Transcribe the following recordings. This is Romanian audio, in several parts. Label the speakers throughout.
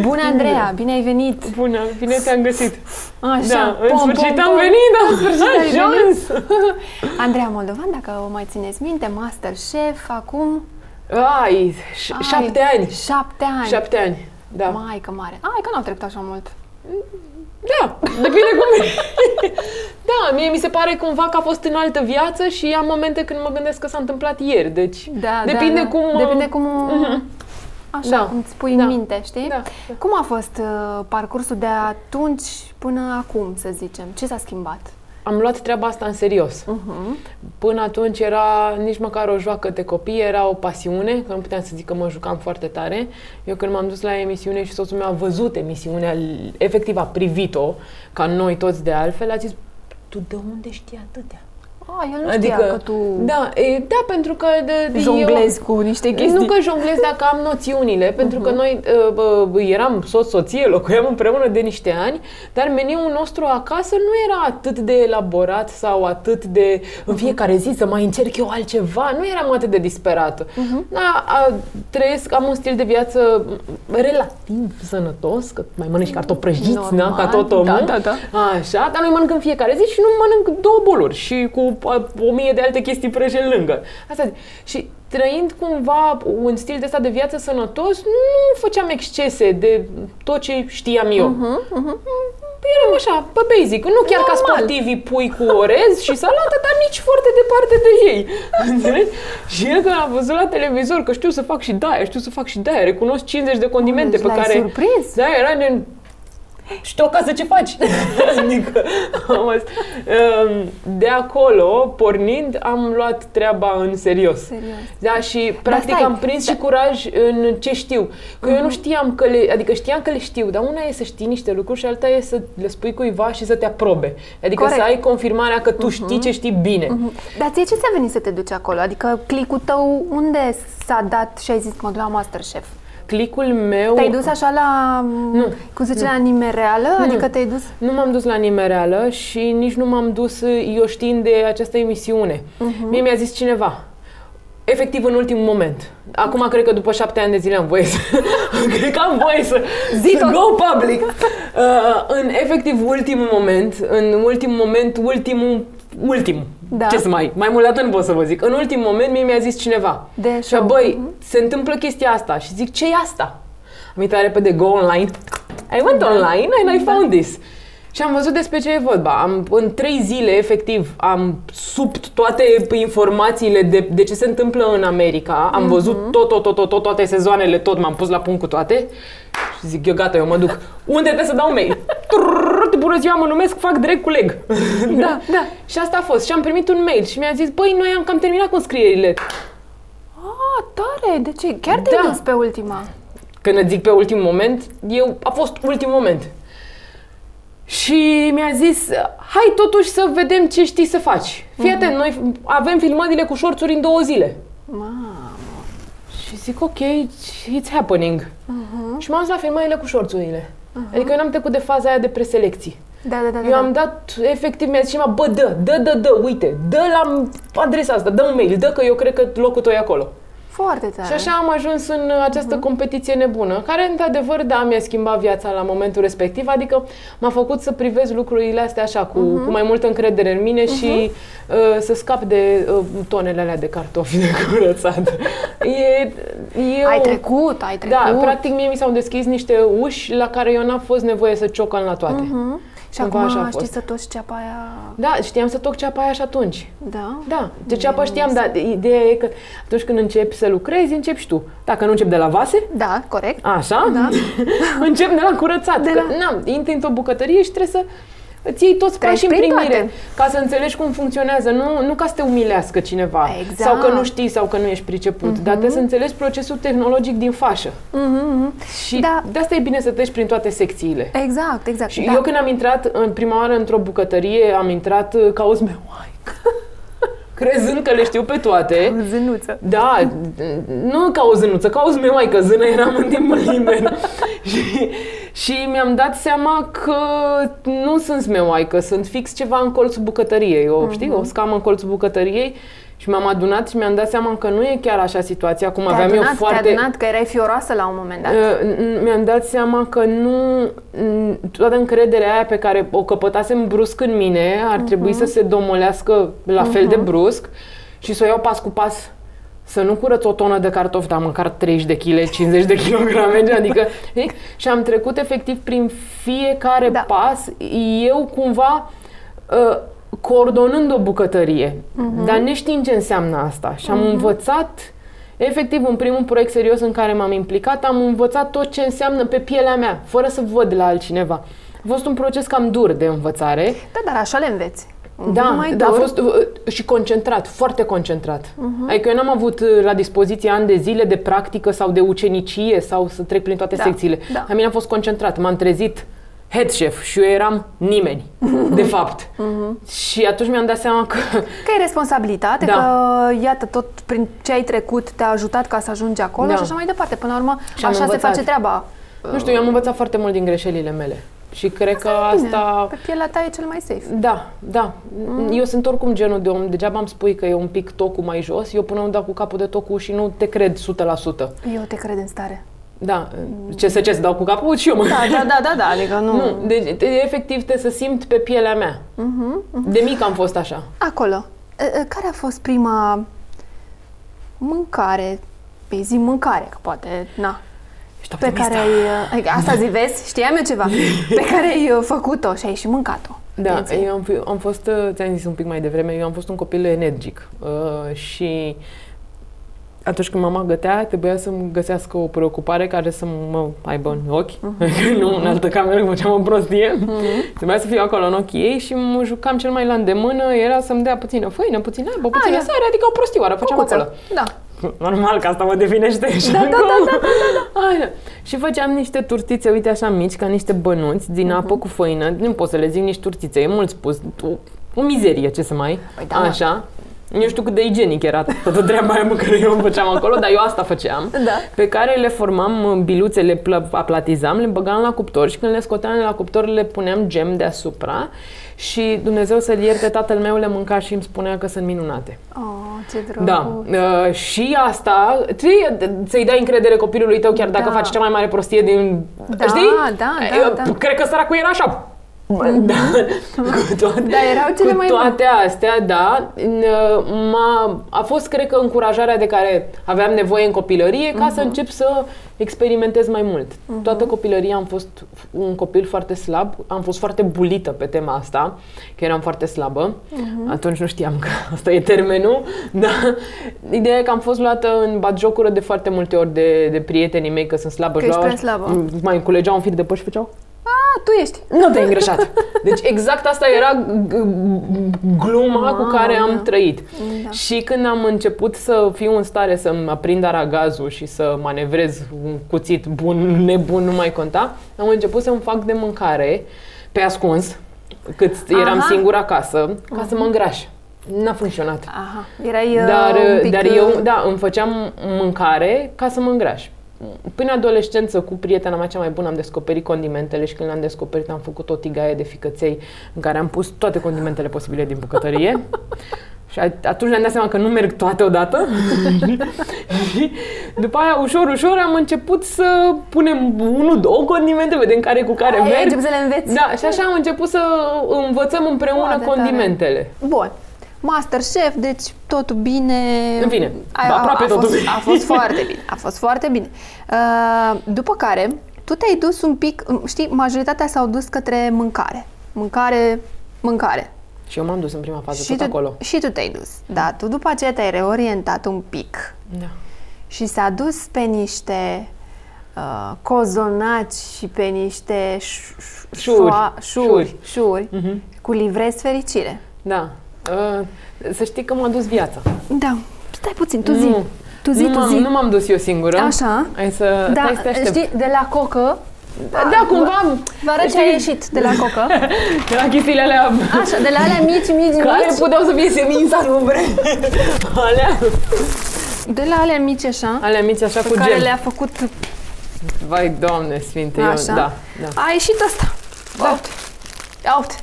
Speaker 1: Bună, Andreea! Bine ai venit!
Speaker 2: Bună, bine te-am găsit.
Speaker 1: Așa,
Speaker 2: da, în sfârșit am venit, am
Speaker 1: ai
Speaker 2: ajuns.
Speaker 1: Andreea Moldovan, dacă o mai țineți minte, Masterchef, acum...
Speaker 2: Ai, ș-
Speaker 1: ai,
Speaker 2: șapte ani.
Speaker 1: Șapte ani!
Speaker 2: Șapte ani, da.
Speaker 1: Mai că mare! Ai, că n-au trecut așa mult!
Speaker 2: Da, depinde cum Da, mie mi se pare cumva că a fost în altă viață și am momente când mă gândesc că s-a întâmplat ieri, deci...
Speaker 1: Da,
Speaker 2: Depinde
Speaker 1: da, da.
Speaker 2: cum, uh, Mhm.
Speaker 1: Depinde cum... uh Așa,
Speaker 2: Da,
Speaker 1: cum îți pui
Speaker 2: da.
Speaker 1: în minte, știi?
Speaker 2: Da,
Speaker 1: Cum a fost uh, parcursul de atunci până acum, să zicem? Ce s-a schimbat?
Speaker 2: Am luat treaba asta în serios.
Speaker 1: Uh-huh.
Speaker 2: Până atunci era nici măcar o joacă de copii, era o pasiune, că nu puteam să zic că mă jucam foarte tare. Eu când m-am dus la emisiune și soțul meu a văzut emisiunea, l- efectiv a privit-o, ca noi toți de altfel, a zis, tu de unde știi atâtea?
Speaker 1: A, el nu știa că tu
Speaker 2: Da, e, da, pentru că... De, de,
Speaker 1: jonglezi cu niște
Speaker 2: eu,
Speaker 1: chestii. Mhm.
Speaker 2: nu că jonglez, dar că am noțiunile, pentru că noi uh, bă, eram soț-soție, locuiam împreună de niște ani, dar meniul nostru acasă nu era atât de elaborat sau atât de în fiecare zi să mai încerc eu altceva, nu eram atât de disperată.
Speaker 1: Mhm.
Speaker 2: Da, a, trăiesc, am un stil de viață relativ sănătos, că mai mănânci
Speaker 1: Mhm.
Speaker 2: cartofi prăjiți, na, ca
Speaker 1: Normal,
Speaker 2: tot omul.
Speaker 1: da, da, da.
Speaker 2: Așa, dar noi mănânc în fiecare zi și nu mănânc două boluri și cu a, o mie de alte chestii prăje lângă. Asta zic. Și trăind cumva un stil de ăsta de viață sănătos, nu făceam excese de tot ce știam eu. Uh-huh, Eram așa, pe basic. Nu chiar ca
Speaker 1: Mhm, Normal.
Speaker 2: sportivii pui cu orez și salată, dar nici foarte departe de ei. Înțelegi? Și el când a văzut la televizor că știu să fac și daia, știu să fac și daia, recunosc 50 de condimente
Speaker 1: Deci
Speaker 2: pe
Speaker 1: l-ai
Speaker 2: care...
Speaker 1: surprins?
Speaker 2: Da, era gen... Știu acasă ce faci. adică, am fost, um, de acolo, pornind, am luat treaba în serios.
Speaker 1: Serios.
Speaker 2: Da, și practic
Speaker 1: stai, da. Mhm.
Speaker 2: am prins și curaj în ce știu. Că eu nu știam că le, adică știam că le știu, dar una e să știi niște lucruri și alta e să le spui cuiva și să te aprobe. Adică
Speaker 1: Corect. Mhm.
Speaker 2: să ai confirmarea că tu știi ce știi bine.
Speaker 1: Dar ție ce ți-a venit să te duci acolo? Adică clicul tău unde s-a dat și ai zis mă duc la Masterchef?
Speaker 2: Clicul meu...
Speaker 1: Te-ai dus așa la, nu, cum se zice, la anime reală? Adică te-ai dus...
Speaker 2: Oh. Nu m-am dus la nimereală și nici nu m-am dus eu știind de această emisiune.
Speaker 1: Mhm.
Speaker 2: Mie mi-a zis cineva. Efectiv, în ultimul moment. Acum cred că după șapte ani de zile am voie să... cred că am voie să...
Speaker 1: Zi
Speaker 2: să
Speaker 1: tot.
Speaker 2: go public! Uh, în efectiv ultimul moment, în ultimul moment, ultimul... Ultim.
Speaker 1: Da.
Speaker 2: Ce să mai... Mai mult de atât nu pot să vă zic. În ultimul moment, mie mi-a zis cineva.
Speaker 1: De
Speaker 2: și
Speaker 1: show.
Speaker 2: băi, se întâmplă chestia asta. Și zic, ce e asta? Am intrat repede, go online. I went
Speaker 1: Da.
Speaker 2: online and I found this. Și am văzut despre ce e vorba. Am, în trei zile, efectiv, am supt toate informațiile de, de ce se întâmplă în America. Am
Speaker 1: Mhm.
Speaker 2: văzut tot, tot, tot, tot, tot, toate sezoanele, tot, m-am pus la punct cu toate. Și zic, eu gata, eu mă duc. Unde trebuie să dau mail? Trrrt, bună ziua, mă numesc, fac direct culeg.
Speaker 1: Da, da.
Speaker 2: Și asta a fost. Și am primit un mail și mi-a zis, băi, noi am cam terminat cu scrierile.
Speaker 1: A, Ah, tare! De ce? Chiar te-ai
Speaker 2: Da.
Speaker 1: dus pe ultima?
Speaker 2: când îți zic pe ultim moment, eu a fost ultim moment. Și mi-a zis, hai totuși să vedem ce știi să faci. Fii atent, noi avem filmările cu șorțuri în două zile.
Speaker 1: Mamă!
Speaker 2: Și zic, ok, it's happening. Și m-am dus la filmările cu șorțurile. Adică eu n-am trecut de faza aia de preselecții.
Speaker 1: Da, da, da, da.
Speaker 2: Eu
Speaker 1: da.
Speaker 2: am dat, efectiv, mi-a zis cineva, bă, dă, dă, dă, dă, uite, dă la adresa asta, dă un mail, dă că eu cred că locul tău e acolo.
Speaker 1: Foarte tare.
Speaker 2: Și așa am ajuns în uh, această
Speaker 1: Mhm.
Speaker 2: competiție nebună, care, într-adevăr, da, mi-a schimbat viața la momentul respectiv, adică m-a făcut să privez lucrurile astea așa, cu,
Speaker 1: Mhm.
Speaker 2: cu mai multă încredere în mine și uh, să scap de uh, tonele alea de cartofi de curățat. e, e
Speaker 1: Ai
Speaker 2: o-
Speaker 1: trecut, ai trecut.
Speaker 2: Da, practic mie mi s-au deschis niște uși la care eu n-am fost nevoie să ciocan la toate.
Speaker 1: Mhm. Și
Speaker 2: cumva
Speaker 1: acum
Speaker 2: așa a
Speaker 1: știi
Speaker 2: fost.
Speaker 1: să toți ceapa aia...
Speaker 2: Da, știam să toc ceapa aia și atunci.
Speaker 1: Da?
Speaker 2: Da, de ceapă știam, dar ideea e că atunci când începi să lucrezi, începi și tu. Dacă nu începi de la vase,
Speaker 1: Da, corect.
Speaker 2: Așa?
Speaker 1: Da.
Speaker 2: Încep de la curățat.
Speaker 1: De
Speaker 2: De
Speaker 1: la-
Speaker 2: la... Că, na, intri într-o bucătărie și trebuie să îți iei toți
Speaker 1: Treci
Speaker 2: pașii în
Speaker 1: prin
Speaker 2: primire
Speaker 1: toate.
Speaker 2: ca să înțelegi cum funcționează. Nu, nu ca să te umilească cineva
Speaker 1: Exact.
Speaker 2: sau că nu știi sau că nu ești priceput, dar trebuie să înțelegi procesul tehnologic din fașă.
Speaker 1: Mhm, mhm.
Speaker 2: Și
Speaker 1: Da.
Speaker 2: de asta e bine să treci prin toate secțiile.
Speaker 1: Exact, exact.
Speaker 2: Și
Speaker 1: da.
Speaker 2: eu când am intrat în prima oară într-o bucătărie, am intrat uh, ca o zmeoaică, crezând că le știu pe toate.
Speaker 1: Zânuță.
Speaker 2: Da, nu ca o zânuță, ca o zmeoaică, zână eram în timpul liber. și, și mi-am dat seama că
Speaker 1: Mhm.
Speaker 2: nu sunt zmeoaică, sunt fix ceva în colțul bucătăriei, o, știi, o scamă în colțul bucătăriei Și mi-am adunat și mi-am dat seama că nu e chiar așa situația, cum
Speaker 1: Te-a
Speaker 2: aveam
Speaker 1: adunat,
Speaker 2: eu foarte...
Speaker 1: te-a adunat că erai fioroasă la un moment dat.
Speaker 2: Uh, n- mi-am dat seama că nu n- toată încrederea aia pe care o căpătasem brusc în mine ar
Speaker 1: Mhm.
Speaker 2: trebui să se domolească la fel de brusc și să o iau pas cu pas. Să nu curăț o tonă de cartofi, dar măcar 30 de kg, 50 de kilograme, adică... știi? Și am trecut efectiv prin fiecare
Speaker 1: Da.
Speaker 2: pas, eu cumva uh, coordonând o bucătărie, dar neștiind ce înseamnă asta. Și am învățat, efectiv, în primul proiect serios în care m-am implicat, am învățat tot ce înseamnă pe pielea mea, fără să văd la altcineva. A fost un proces cam dur de învățare.
Speaker 1: Da, dar așa le înveți.
Speaker 2: Da,
Speaker 1: Uh-huh. nu mai
Speaker 2: da, a
Speaker 1: dor.
Speaker 2: fost uh, și concentrat, foarte concentrat. Uh-huh. Adică eu n-am avut uh, la dispoziție ani de zile de practică sau de ucenicie sau să trec prin toate
Speaker 1: Da,
Speaker 2: secțiile.
Speaker 1: da.
Speaker 2: La mine a fost concentrat, m-am trezit head chef și eu eram nimeni, de fapt. Uh-huh. Și atunci mi-am dat seama că
Speaker 1: Că e responsabilitate,
Speaker 2: Da.
Speaker 1: că iată tot prin ce ai trecut te-a ajutat ca să ajungi acolo
Speaker 2: Da.
Speaker 1: și așa mai departe. Până la urmă,
Speaker 2: Și am
Speaker 1: așa se
Speaker 2: învățat.
Speaker 1: face treaba.
Speaker 2: Nu știu, eu am învățat foarte mult din greșelile mele. Și cred că
Speaker 1: Bine,
Speaker 2: asta...
Speaker 1: Pe pielea ta e cel mai safe.
Speaker 2: Da, da.
Speaker 1: Uh-huh.
Speaker 2: Eu sunt oricum genul de om, degeaba îmi spui că e un pic tocul mai jos, eu până nu dau cu capul de tocul și nu te cred 100%.
Speaker 1: Eu te cred în stare.
Speaker 2: Da, ce să ce, să dau cu capul și eu mă...
Speaker 1: Da, da, da, da, da adică nu...
Speaker 2: Nu, deci de, efectiv trebuie să simt pe pielea mea.
Speaker 1: Mhm,
Speaker 2: De mic am fost așa.
Speaker 1: Acolo. E, e, Care a fost prima mâncare? Pe zi mâncare, că poate, na,
Speaker 2: Ești
Speaker 1: pe care ai, uh, adică asta zi, vezi, știam eu ceva, pe care ai uh, făcut-o și ai și mâncat-o.
Speaker 2: Da,
Speaker 1: Atenție.
Speaker 2: eu am, fi- am fost, uh, ți-am zis un pic mai devreme, eu am fost un copil energic uh, și atunci când mama gătea, trebuia să-mi găsească o preocupare care să mă aibă în ochi,
Speaker 1: Mhm.
Speaker 2: uh-huh. nu în altă cameră, că făceam o prostie. Uh-huh. Trebuia să fiu acolo în ochii ei și mă jucam cel mai la îndemână, era să-mi dea puțină făină, puțină apă, puțină
Speaker 1: Ah, ia.
Speaker 2: sare, adică o prostioară, făceam
Speaker 1: Făcuță.
Speaker 2: acolo.
Speaker 1: Da.
Speaker 2: Normal că asta mă definește și
Speaker 1: Da, da, da,
Speaker 2: acum.
Speaker 1: da, da,
Speaker 2: Așa. Și făceam niște turtițe, uite așa mici, ca niște bănuți din apă cu făină. Nu pot să le zic nici turtițe, e mult spus. O, o mizerie, ce să mai...
Speaker 1: Păi da, mă.
Speaker 2: așa. Nu știu cât de igienic era toată treaba aia mă, care eu îmi făceam acolo, dar eu asta făceam.
Speaker 1: Da.
Speaker 2: Pe care le formam uh, în biluțe, le pl- aplatizam, le băgam la cuptor și când le scoteam de la cuptor le puneam gem deasupra și Dumnezeu să-l ierte, tatăl meu le mânca și îmi spunea că sunt minunate.
Speaker 1: Oh, ce drăguț.
Speaker 2: Da, uh, și asta, trebuie să-i dai încredere copilului tău chiar dacă
Speaker 1: Da.
Speaker 2: faci cea mai mare prostie din...
Speaker 1: Da,
Speaker 2: știi?
Speaker 1: da, da,
Speaker 2: Eu
Speaker 1: da.
Speaker 2: Cred că săracul era așa. Da, cu toate,
Speaker 1: Da, erau cele
Speaker 2: cu
Speaker 1: mai
Speaker 2: toate astea, da, n- uh, m-a, a fost, cred că, încurajarea de care aveam nevoie în copilărie ca
Speaker 1: Mhm.
Speaker 2: să încep să experimentez mai mult. Toată copilăria am fost un copil foarte slab, am fost foarte bulită pe tema asta, că eram foarte slabă.
Speaker 1: Mhm.
Speaker 2: Atunci nu știam că asta e termenul, dar ideea e că am fost luată în batjocură de foarte multe ori de, de prietenii mei că sunt slabă.
Speaker 1: Că ești
Speaker 2: Luau-
Speaker 1: prea slabă.
Speaker 2: Mai culegeau un fir de păși și făceau...
Speaker 1: A, Ah, tu ești.
Speaker 2: Nu te-ai îngreșat. Deci exact asta era g- g- gluma cu care am
Speaker 1: Mamă.
Speaker 2: trăit.
Speaker 1: Da.
Speaker 2: Și când am început să fiu în stare să-mi aprind aragazul și să manevrez un cuțit bun, nebun, nu mai conta, am început să-mi fac de mâncare pe ascuns, cât eram
Speaker 1: Aha.
Speaker 2: singur acasă, ca să mă îngraș. N-a funcționat.
Speaker 1: Aha, erai uh,
Speaker 2: Dar,
Speaker 1: un pic,
Speaker 2: dar
Speaker 1: uh,
Speaker 2: eu, da, îmi făceam mâncare ca să mă îngraș. Până adolescență, cu prietena mea cea mai bună, am descoperit condimentele și când le-am descoperit am făcut o tigaie de ficăței în care am pus toate condimentele posibile din bucătărie. și a- atunci ne-am dat seama că nu merg toate odată. și după aia, ușor, ușor, am început să punem unul, două condimente, vedem care cu care
Speaker 1: ai- ai
Speaker 2: merg.
Speaker 1: început să le înveți.
Speaker 2: Da, și așa am început să învățăm împreună
Speaker 1: Foarte tare.
Speaker 2: condimentele.
Speaker 1: Bun. Masterchef, deci totul bine.
Speaker 2: În fine,
Speaker 1: A, a,
Speaker 2: aproape
Speaker 1: a
Speaker 2: totul
Speaker 1: fost,
Speaker 2: bine.
Speaker 1: A fost foarte bine. A fost foarte bine. Uh, după care, tu te-ai dus un pic, um, știi, majoritatea s-au dus către mâncare. Mâncare, mâncare.
Speaker 2: Și eu m-am dus în prima fază
Speaker 1: și,
Speaker 2: tot
Speaker 1: tu,
Speaker 2: acolo.
Speaker 1: și tu te-ai dus. Da, tu după aceea te-ai reorientat un pic
Speaker 2: Da.
Speaker 1: și s-a dus pe niște uh, cozonaci și pe niște ș- ș-
Speaker 2: Șuri. Mhm.
Speaker 1: șoa- șuri, șuri, cu livrezi fericire.
Speaker 2: Da. Uh, Să știi că m-a dus viața.
Speaker 1: Da, stai puțin, tu zi.
Speaker 2: Nu.
Speaker 1: Tu zi,
Speaker 2: nu,
Speaker 1: tu
Speaker 2: m-am,
Speaker 1: zi.
Speaker 2: nu m-am dus eu singură.
Speaker 1: Așa.
Speaker 2: Hai să,
Speaker 1: Da,
Speaker 2: stai să te aștept.
Speaker 1: știi, de la cocă,
Speaker 2: Da, cumva,
Speaker 1: vă arăt ce a ieșit de la cocă.
Speaker 2: de la chestiile alea
Speaker 1: Așa, de la alea mici, mici,
Speaker 2: care
Speaker 1: mici.
Speaker 2: puteau să fie semința în bre. alea,
Speaker 1: De la alea mici așa,
Speaker 2: alea mici așa
Speaker 1: pe
Speaker 2: cu
Speaker 1: care
Speaker 2: gem.
Speaker 1: le-a făcut
Speaker 2: Vai, Doamne Sfinte, eu,
Speaker 1: Așa.
Speaker 2: da, da.
Speaker 1: A ieșit asta. Opt. Opt.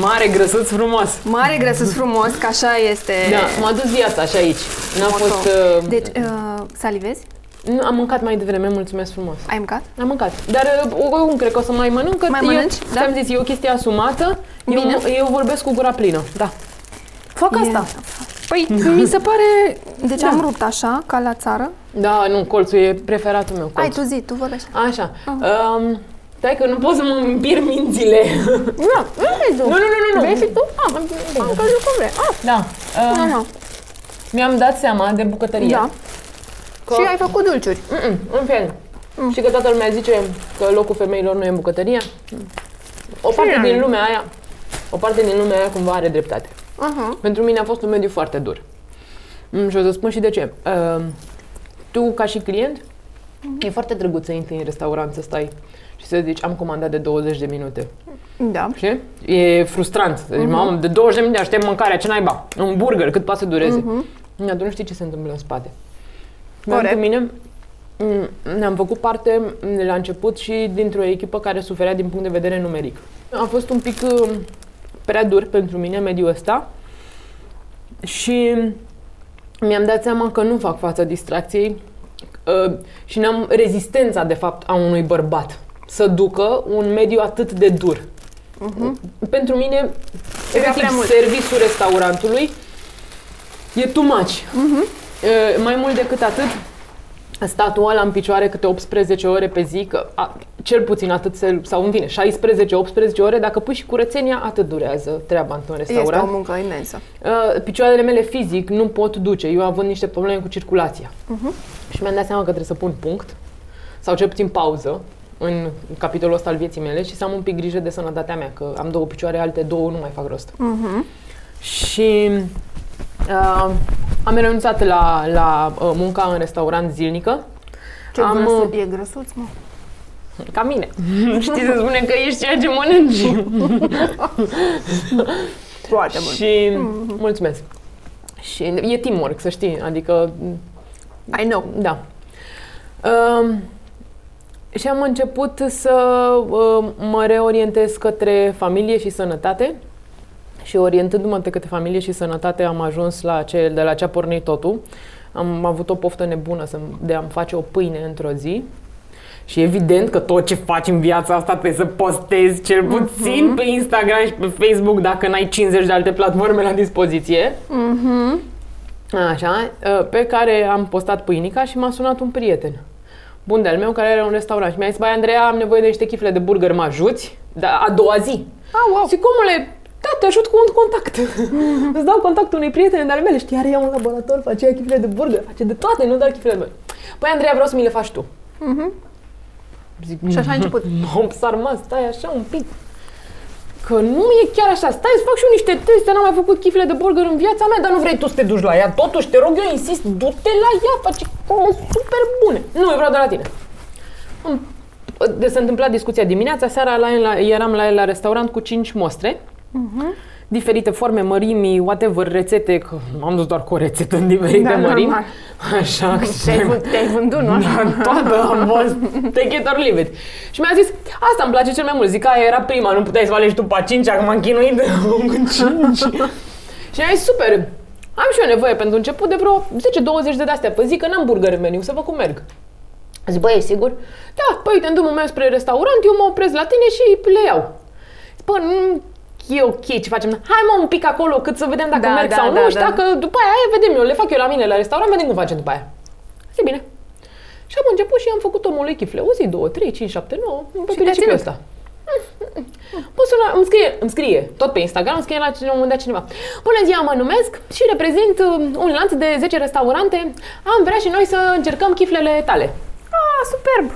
Speaker 2: Mare, grăsuț, frumos.
Speaker 1: Mare grăsus frumos, că așa este.
Speaker 2: Da, m-a dus viața și aici. N-a
Speaker 1: motto.
Speaker 2: fost... Uh,
Speaker 1: Deci, uh, salivezi?
Speaker 2: nu, am mâncat mai devreme, mulțumesc frumos.
Speaker 1: Ai mâncat?
Speaker 2: Am mâncat. Dar uh, oricum cred că o să mai mănânc. că
Speaker 1: Mai
Speaker 2: eu-
Speaker 1: mănânci? Da.
Speaker 2: Ți-am zis, e o chestie asumată.
Speaker 1: Bine.
Speaker 2: Eu, eu vorbesc cu gura plină. Da. Fac asta.
Speaker 1: Păi, mi se pare... Deci
Speaker 2: Da.
Speaker 1: am rupt așa, ca la țară.
Speaker 2: Da, nu, colțul e preferatul meu. Colț.
Speaker 1: Ai, tu zi, tu vorbești.
Speaker 2: Așa.
Speaker 1: Ah.
Speaker 2: Um, stai că nu pot să mă împir mințile.
Speaker 1: Nu, nu vrei tu.
Speaker 2: nu, nu, nu, nu.
Speaker 1: Vrei și tu? Ah, am căzut cum vrei. Ah,
Speaker 2: Da.
Speaker 1: nu,
Speaker 2: Um,
Speaker 1: nu.
Speaker 2: mi-am dat seama de bucătărie.
Speaker 1: Da.
Speaker 2: Că,
Speaker 1: Și ai făcut Mm. dulciuri.
Speaker 2: Mm-mm, în fel. Și că toată lumea zice că locul femeilor nu e în bucătărie. O parte
Speaker 1: Cine?
Speaker 2: din lumea aia, o parte din lumea aia cumva are dreptate.
Speaker 1: Uh-huh.
Speaker 2: Pentru mine a fost un mediu foarte dur. Mm, Și o să spun și de ce. Uh, tu, ca și client, e foarte drăguț să intri în restaurant, să stai și să zici, am comandat de 20 de minute.
Speaker 1: Da.
Speaker 2: Știi? E frustrant. Deci, uh-huh. mamă, de 20 de minute aștept mâncarea, ce naiba? Un burger, cât poate să dureze. Uh-huh. Dar tu nu știi ce se întâmplă în spate. Dar
Speaker 1: Corect.
Speaker 2: cu mine, m, ne-am făcut parte m, de la început și dintr-o echipă care suferea din punct de vedere numeric. A fost un pic uh, prea dur pentru mine mediul ăsta și mi-am dat seama că nu fac fața distracției uh, și n-am rezistența, de fapt, a unui bărbat să ducă un mediu atât de dur pentru mine,
Speaker 1: Mhm. prea
Speaker 2: efectiv,
Speaker 1: mult.
Speaker 2: serviciul restaurantului e too much.
Speaker 1: Mhm.
Speaker 2: E, Mai mult decât atât, statul ăla în picioare câte 18 ore pe zi, că a, cel puțin atât, se, sau în fine, 16-18 ore, dacă pui și curățenia, atât durează treaba într-un
Speaker 1: Este
Speaker 2: restaurant.
Speaker 1: o muncă imensă.
Speaker 2: Uh, picioarele mele fizic nu pot duce. Eu având niște probleme cu circulația. Și mi-am dat seama că trebuie să pun punct sau cel puțin pauză în capitolul ăsta al vieții mele și să am un pic grijă de sănătatea mea, că am două picioare, alte două nu mai fac rost. Și uh, am renunțat la, la uh, munca în restaurant zilnică,
Speaker 1: Ce
Speaker 2: Am,
Speaker 1: grăsu- e grăsuț, mă.
Speaker 2: ca mine. Știi, se spune că ești ceea ce mănânci.
Speaker 1: Foarte
Speaker 2: și mulțumesc. Mm, Și e teamwork, să știi, adică
Speaker 1: I know.
Speaker 2: Da. Um, și am început să um, mă reorientez către familie și sănătate. Și orientându-mă de către familie și sănătate, am ajuns la ce, de la ce a pornit totul. Am avut o poftă nebună să, de a-mi face o pâine într-o zi. Și evident că tot ce faci în viața asta trebuie să postezi cel puțin pe Instagram și pe Facebook dacă n-ai 50 de alte platforme la dispoziție. Așa, uh, pe care am postat pâinica și m-a sunat un prieten. Bun de-al meu, care era un restaurant și mi-a zis, băi, Andreea, am nevoie de niște chifle de burger, mă ajuți? Da, a doua zi.
Speaker 1: Ah, wow. Mhm.
Speaker 2: Zic, omule, da, te ajut cu un contact. Îți dau contactul unei prietene de-ale mele. Știi, are ea un laborator, face ea chifle de burger, face de toate, nu doar chifle de burger. Păi, Andreea, vreau să mi le faci tu.
Speaker 1: Mhm.
Speaker 2: Zic,
Speaker 1: Și așa a început.
Speaker 2: M-am sarmat, stai așa un pic. Că nu e chiar așa. Stai să fac și eu niște teste, n-am mai făcut chifle de burger în viața mea, dar nu vrei tu să te duci la ea. Totuși, te rog, eu insist, du-te la ea, face cole super bune. Nu, eu vreau de la tine. Am- De s-a întâmplat discuția dimineața, seara la el, la, eram la el la restaurant cu cinci mostre.
Speaker 1: Mhm.
Speaker 2: Diferite forme, mărimi, whatever, rețete, că m-am dus doar cu o rețetă în diferite
Speaker 1: Da,
Speaker 2: mărimi.
Speaker 1: normal.
Speaker 2: Așa,
Speaker 1: Te-ai vând- Te-ai vândut, nu așa?
Speaker 2: la toată am fost take it or leave it. Și mi-a zis, asta îmi place cel mai mult. Zic, aia era prima, nu puteai să alegi tu pe a cincea, că m-am chinuit în cinci. și mi-a zis, super, am și eu nevoie pentru început de vreo 10-20 de de-astea pe zi, că n-am burger în meniu, să vă cum merg. Zic, băi, e sigur? Da, păi uite, în drumul meu spre restaurant, eu mă opresc la tine și le iau. Zic, Bă, nu e ok ce facem. Hai mă un pic acolo cât să vedem dacă
Speaker 1: Da,
Speaker 2: merg
Speaker 1: da,
Speaker 2: sau
Speaker 1: da,
Speaker 2: nu și
Speaker 1: da.
Speaker 2: dacă după aia, aia vedem eu, le fac eu la mine la restaurant, vedem cum facem după aia. Zic, bine. Și am început și am făcut omului chifle. O zi, două, trei, cinci, șapte, nouă, pe
Speaker 1: te-a
Speaker 2: principiul
Speaker 1: ținut.
Speaker 2: ăsta. Mă sună, îmi scrie, îmi scrie, tot pe Instagram, îmi scrie la cine- un moment dat cineva. Bună ziua, mă numesc și reprezint uh, un lanț de 10 restaurante. Am vrea și noi să încercăm chiflele tale.
Speaker 1: Ah, superb.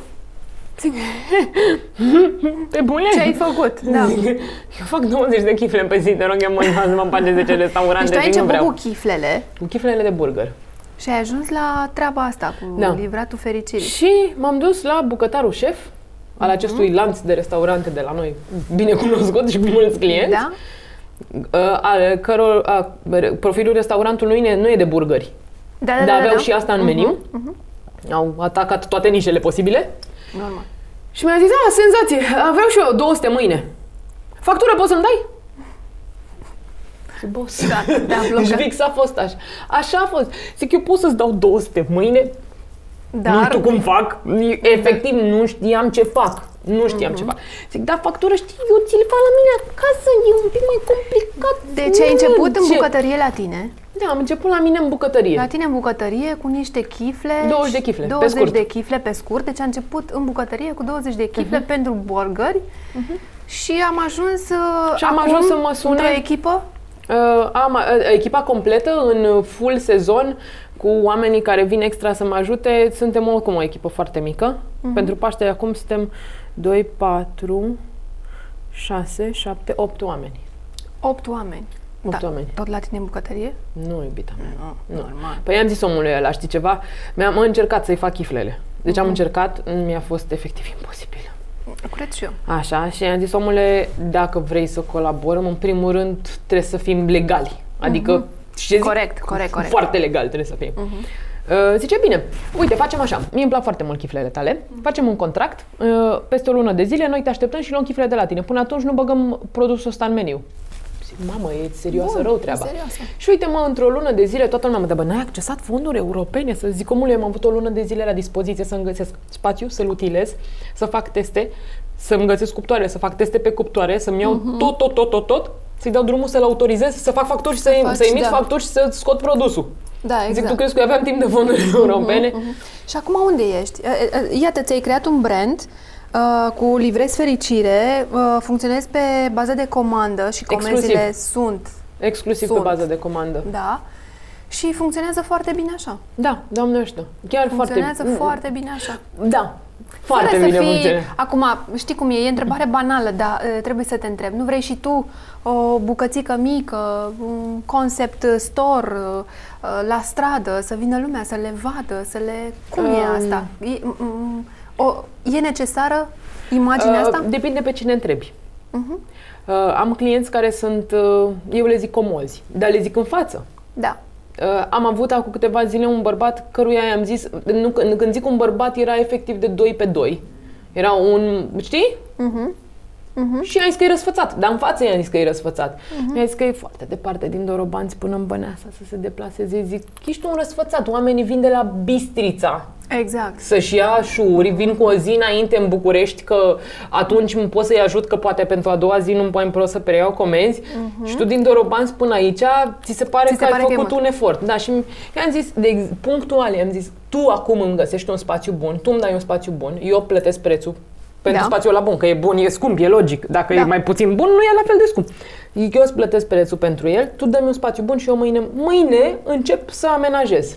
Speaker 2: Pe bune?
Speaker 1: Ce ai făcut? Da.
Speaker 2: Zic, Eu fac 20 de chifle pe zi, te rog, eu mă ia să mă face 10 restaurante,
Speaker 1: Deci tu ai
Speaker 2: zic, nu
Speaker 1: început
Speaker 2: vreau.
Speaker 1: cu chiflele
Speaker 2: Cu chiflele de burger.
Speaker 1: și ai ajuns la treaba asta cu
Speaker 2: Da.
Speaker 1: livratul fericirii.
Speaker 2: Și m-am dus la bucătarul șef al acestui lanț de restaurante de la noi, bine cunoscut și cu mulți clienți,
Speaker 1: Da?
Speaker 2: uh, al căror, a, profilul restaurantului nu e, nu e de burgeri,
Speaker 1: Da,
Speaker 2: dar aveau și asta în meniu. Au atacat toate nișele posibile.
Speaker 1: Normal.
Speaker 2: Și mi-a zis, a, senzație, a, vreau și eu 200 mâine. Factură poți să-mi dai? boss.
Speaker 1: Gata, te-am
Speaker 2: Deci
Speaker 1: blocat.
Speaker 2: fix a fost așa. Așa a fost. Zic, eu pot să-ți dau 200 mâine, Dar... nu știu cum fac, Eu, efectiv nu știam ce fac. Nu știam mm-hmm.
Speaker 1: Mhm.
Speaker 2: ce fac. Zic, da, factură știi, eu ți-l fac la mine acasă, e un pic mai complicat.
Speaker 1: Deci ai
Speaker 2: Nu
Speaker 1: început în
Speaker 2: merge.
Speaker 1: bucătărie Da. la tine.
Speaker 2: Da, am început la mine în bucătărie.
Speaker 1: La tine în bucătărie cu niște chifle.
Speaker 2: 20 de chifle, pe
Speaker 1: 20
Speaker 2: scurt.
Speaker 1: de chifle pe scurt. Deci a început în bucătărie cu 20 de
Speaker 2: Mhm.
Speaker 1: chifle pentru burgeri. Și am ajuns uh,
Speaker 2: Și am
Speaker 1: acum
Speaker 2: ajuns să mă sune-
Speaker 1: într-o echipă.
Speaker 2: Uh, am uh, echipa completă în full sezon cu oamenii care vin extra să mă ajute. Suntem oricum o echipă foarte mică.
Speaker 1: Mhm.
Speaker 2: Uh-huh. Pentru Paște acum suntem 2, 4, 6, 7, 8 oameni.
Speaker 1: 8 oameni. Da.
Speaker 2: Opt oameni.
Speaker 1: Tot la tine în bucătărie?
Speaker 2: Nu, iubita mea.
Speaker 1: Nu,
Speaker 2: Nu.
Speaker 1: normal.
Speaker 2: Păi am zis omului ăla, știi ceva? Mi-am am încercat să-i fac chiflele. Deci
Speaker 1: Mhm.
Speaker 2: am încercat, mi-a fost efectiv imposibil.
Speaker 1: Cred și eu.
Speaker 2: Așa, și am zis, omule, dacă vrei să colaborăm, în primul rând trebuie să fim legali. Adică, uh-huh. ce zic?
Speaker 1: Mhm. Corect, corect, Mhm. corect.
Speaker 2: Foarte legal trebuie să fim. Uh-huh. Uh, zice, bine, uite, facem așa. Mie îmi plac foarte mult chiflele tale.
Speaker 1: Mhm.
Speaker 2: Facem un contract. Uh, peste o lună de zile noi te așteptăm și luăm chiflele de la tine. Până atunci nu băgăm produsul ăsta în meniu. Zic, mamă, e serioasă
Speaker 1: Bun,
Speaker 2: rău
Speaker 1: e
Speaker 2: treaba.
Speaker 1: serioasă.
Speaker 2: Și uite mă, într-o lună de zile toată lumea mă dă, bă, n-ai accesat fonduri europene? Să zic, omule, am avut o lună de zile la dispoziție să-mi găsesc spațiu, să-l utilez, să fac teste, să-mi găsesc cuptoare, să fac teste pe cuptoare, să-mi iau
Speaker 1: Mhm.
Speaker 2: tot, tot, tot, tot, tot, să-i dau drumul să-l autorizez, să fac facturi și să,
Speaker 1: faci,
Speaker 2: să emit
Speaker 1: da.
Speaker 2: facturi și să scot produsul.
Speaker 1: Da,
Speaker 2: Zic, tu crezi că eu aveam timp de fonduri
Speaker 1: Mhm,
Speaker 2: europene?
Speaker 1: Și acum unde ești? E, e, Iată, ți-ai creat un brand uh, cu livrezi fericire, uh, funcționezi pe bază de comandă și comenzile sunt,
Speaker 2: Exclusiv
Speaker 1: Sunt.
Speaker 2: pe bază de comandă.
Speaker 1: da? Și funcționează foarte bine așa.
Speaker 2: Da, doamne ăștia. Chiar foarte...
Speaker 1: Funcționează foarte bine așa.
Speaker 2: Da. Foarte
Speaker 1: Fără
Speaker 2: bine
Speaker 1: să fii...
Speaker 2: funcționează.
Speaker 1: Acum, știi cum e, e întrebare banală, dar uh, trebuie să te întreb. Nu vrei și tu uh, o bucățică mică, un concept store uh, uh, la stradă, să vină lumea să le vadă, să le... Cum e
Speaker 2: Um.
Speaker 1: asta? E, mm, mm, o, e necesară imaginea
Speaker 2: Uh,
Speaker 1: asta?
Speaker 2: Depinde pe cine întrebi. Uh, am clienți care sunt, uh, eu le zic comozi, dar le zic în față.
Speaker 1: Da.
Speaker 2: Uh, am avut acum câteva zile un bărbat căruia i-am zis, nu, când când zic un bărbat era efectiv de 2 pe 2. Era un, știi? Și i-am zis că e răsfățat, dar în față i-am zis că e răsfățat. Mi-a zis că e foarte departe din Dorobanți până în Băneasa să se deplaseze. Zic, ești un răsfățat, oamenii vin de la Bistrița
Speaker 1: Exact.
Speaker 2: să-și ia șuri, vin cu o zi înainte în București că atunci îmi pot să-i ajut că poate pentru a doua zi nu mai îmi pot să preiau comenzi și tu din Dorobanț până aici ți se pare
Speaker 1: Mhm. Ți se
Speaker 2: că
Speaker 1: pare
Speaker 2: ai
Speaker 1: că e
Speaker 2: făcut
Speaker 1: mult.
Speaker 2: un efort. Da, și mi- i-am zis, de ex- punctual, i-am zis, tu acum îmi găsești un spațiu bun, tu îmi dai un spațiu bun, eu plătesc prețul pentru
Speaker 1: Da.
Speaker 2: spațiul la bun, că e bun, e scump, e logic. Dacă
Speaker 1: Da.
Speaker 2: e mai puțin bun, nu e la fel de scump. Eu îți plătesc prețul pentru el, tu dă-mi un spațiu bun și eu mâine, mâine încep să amenajez.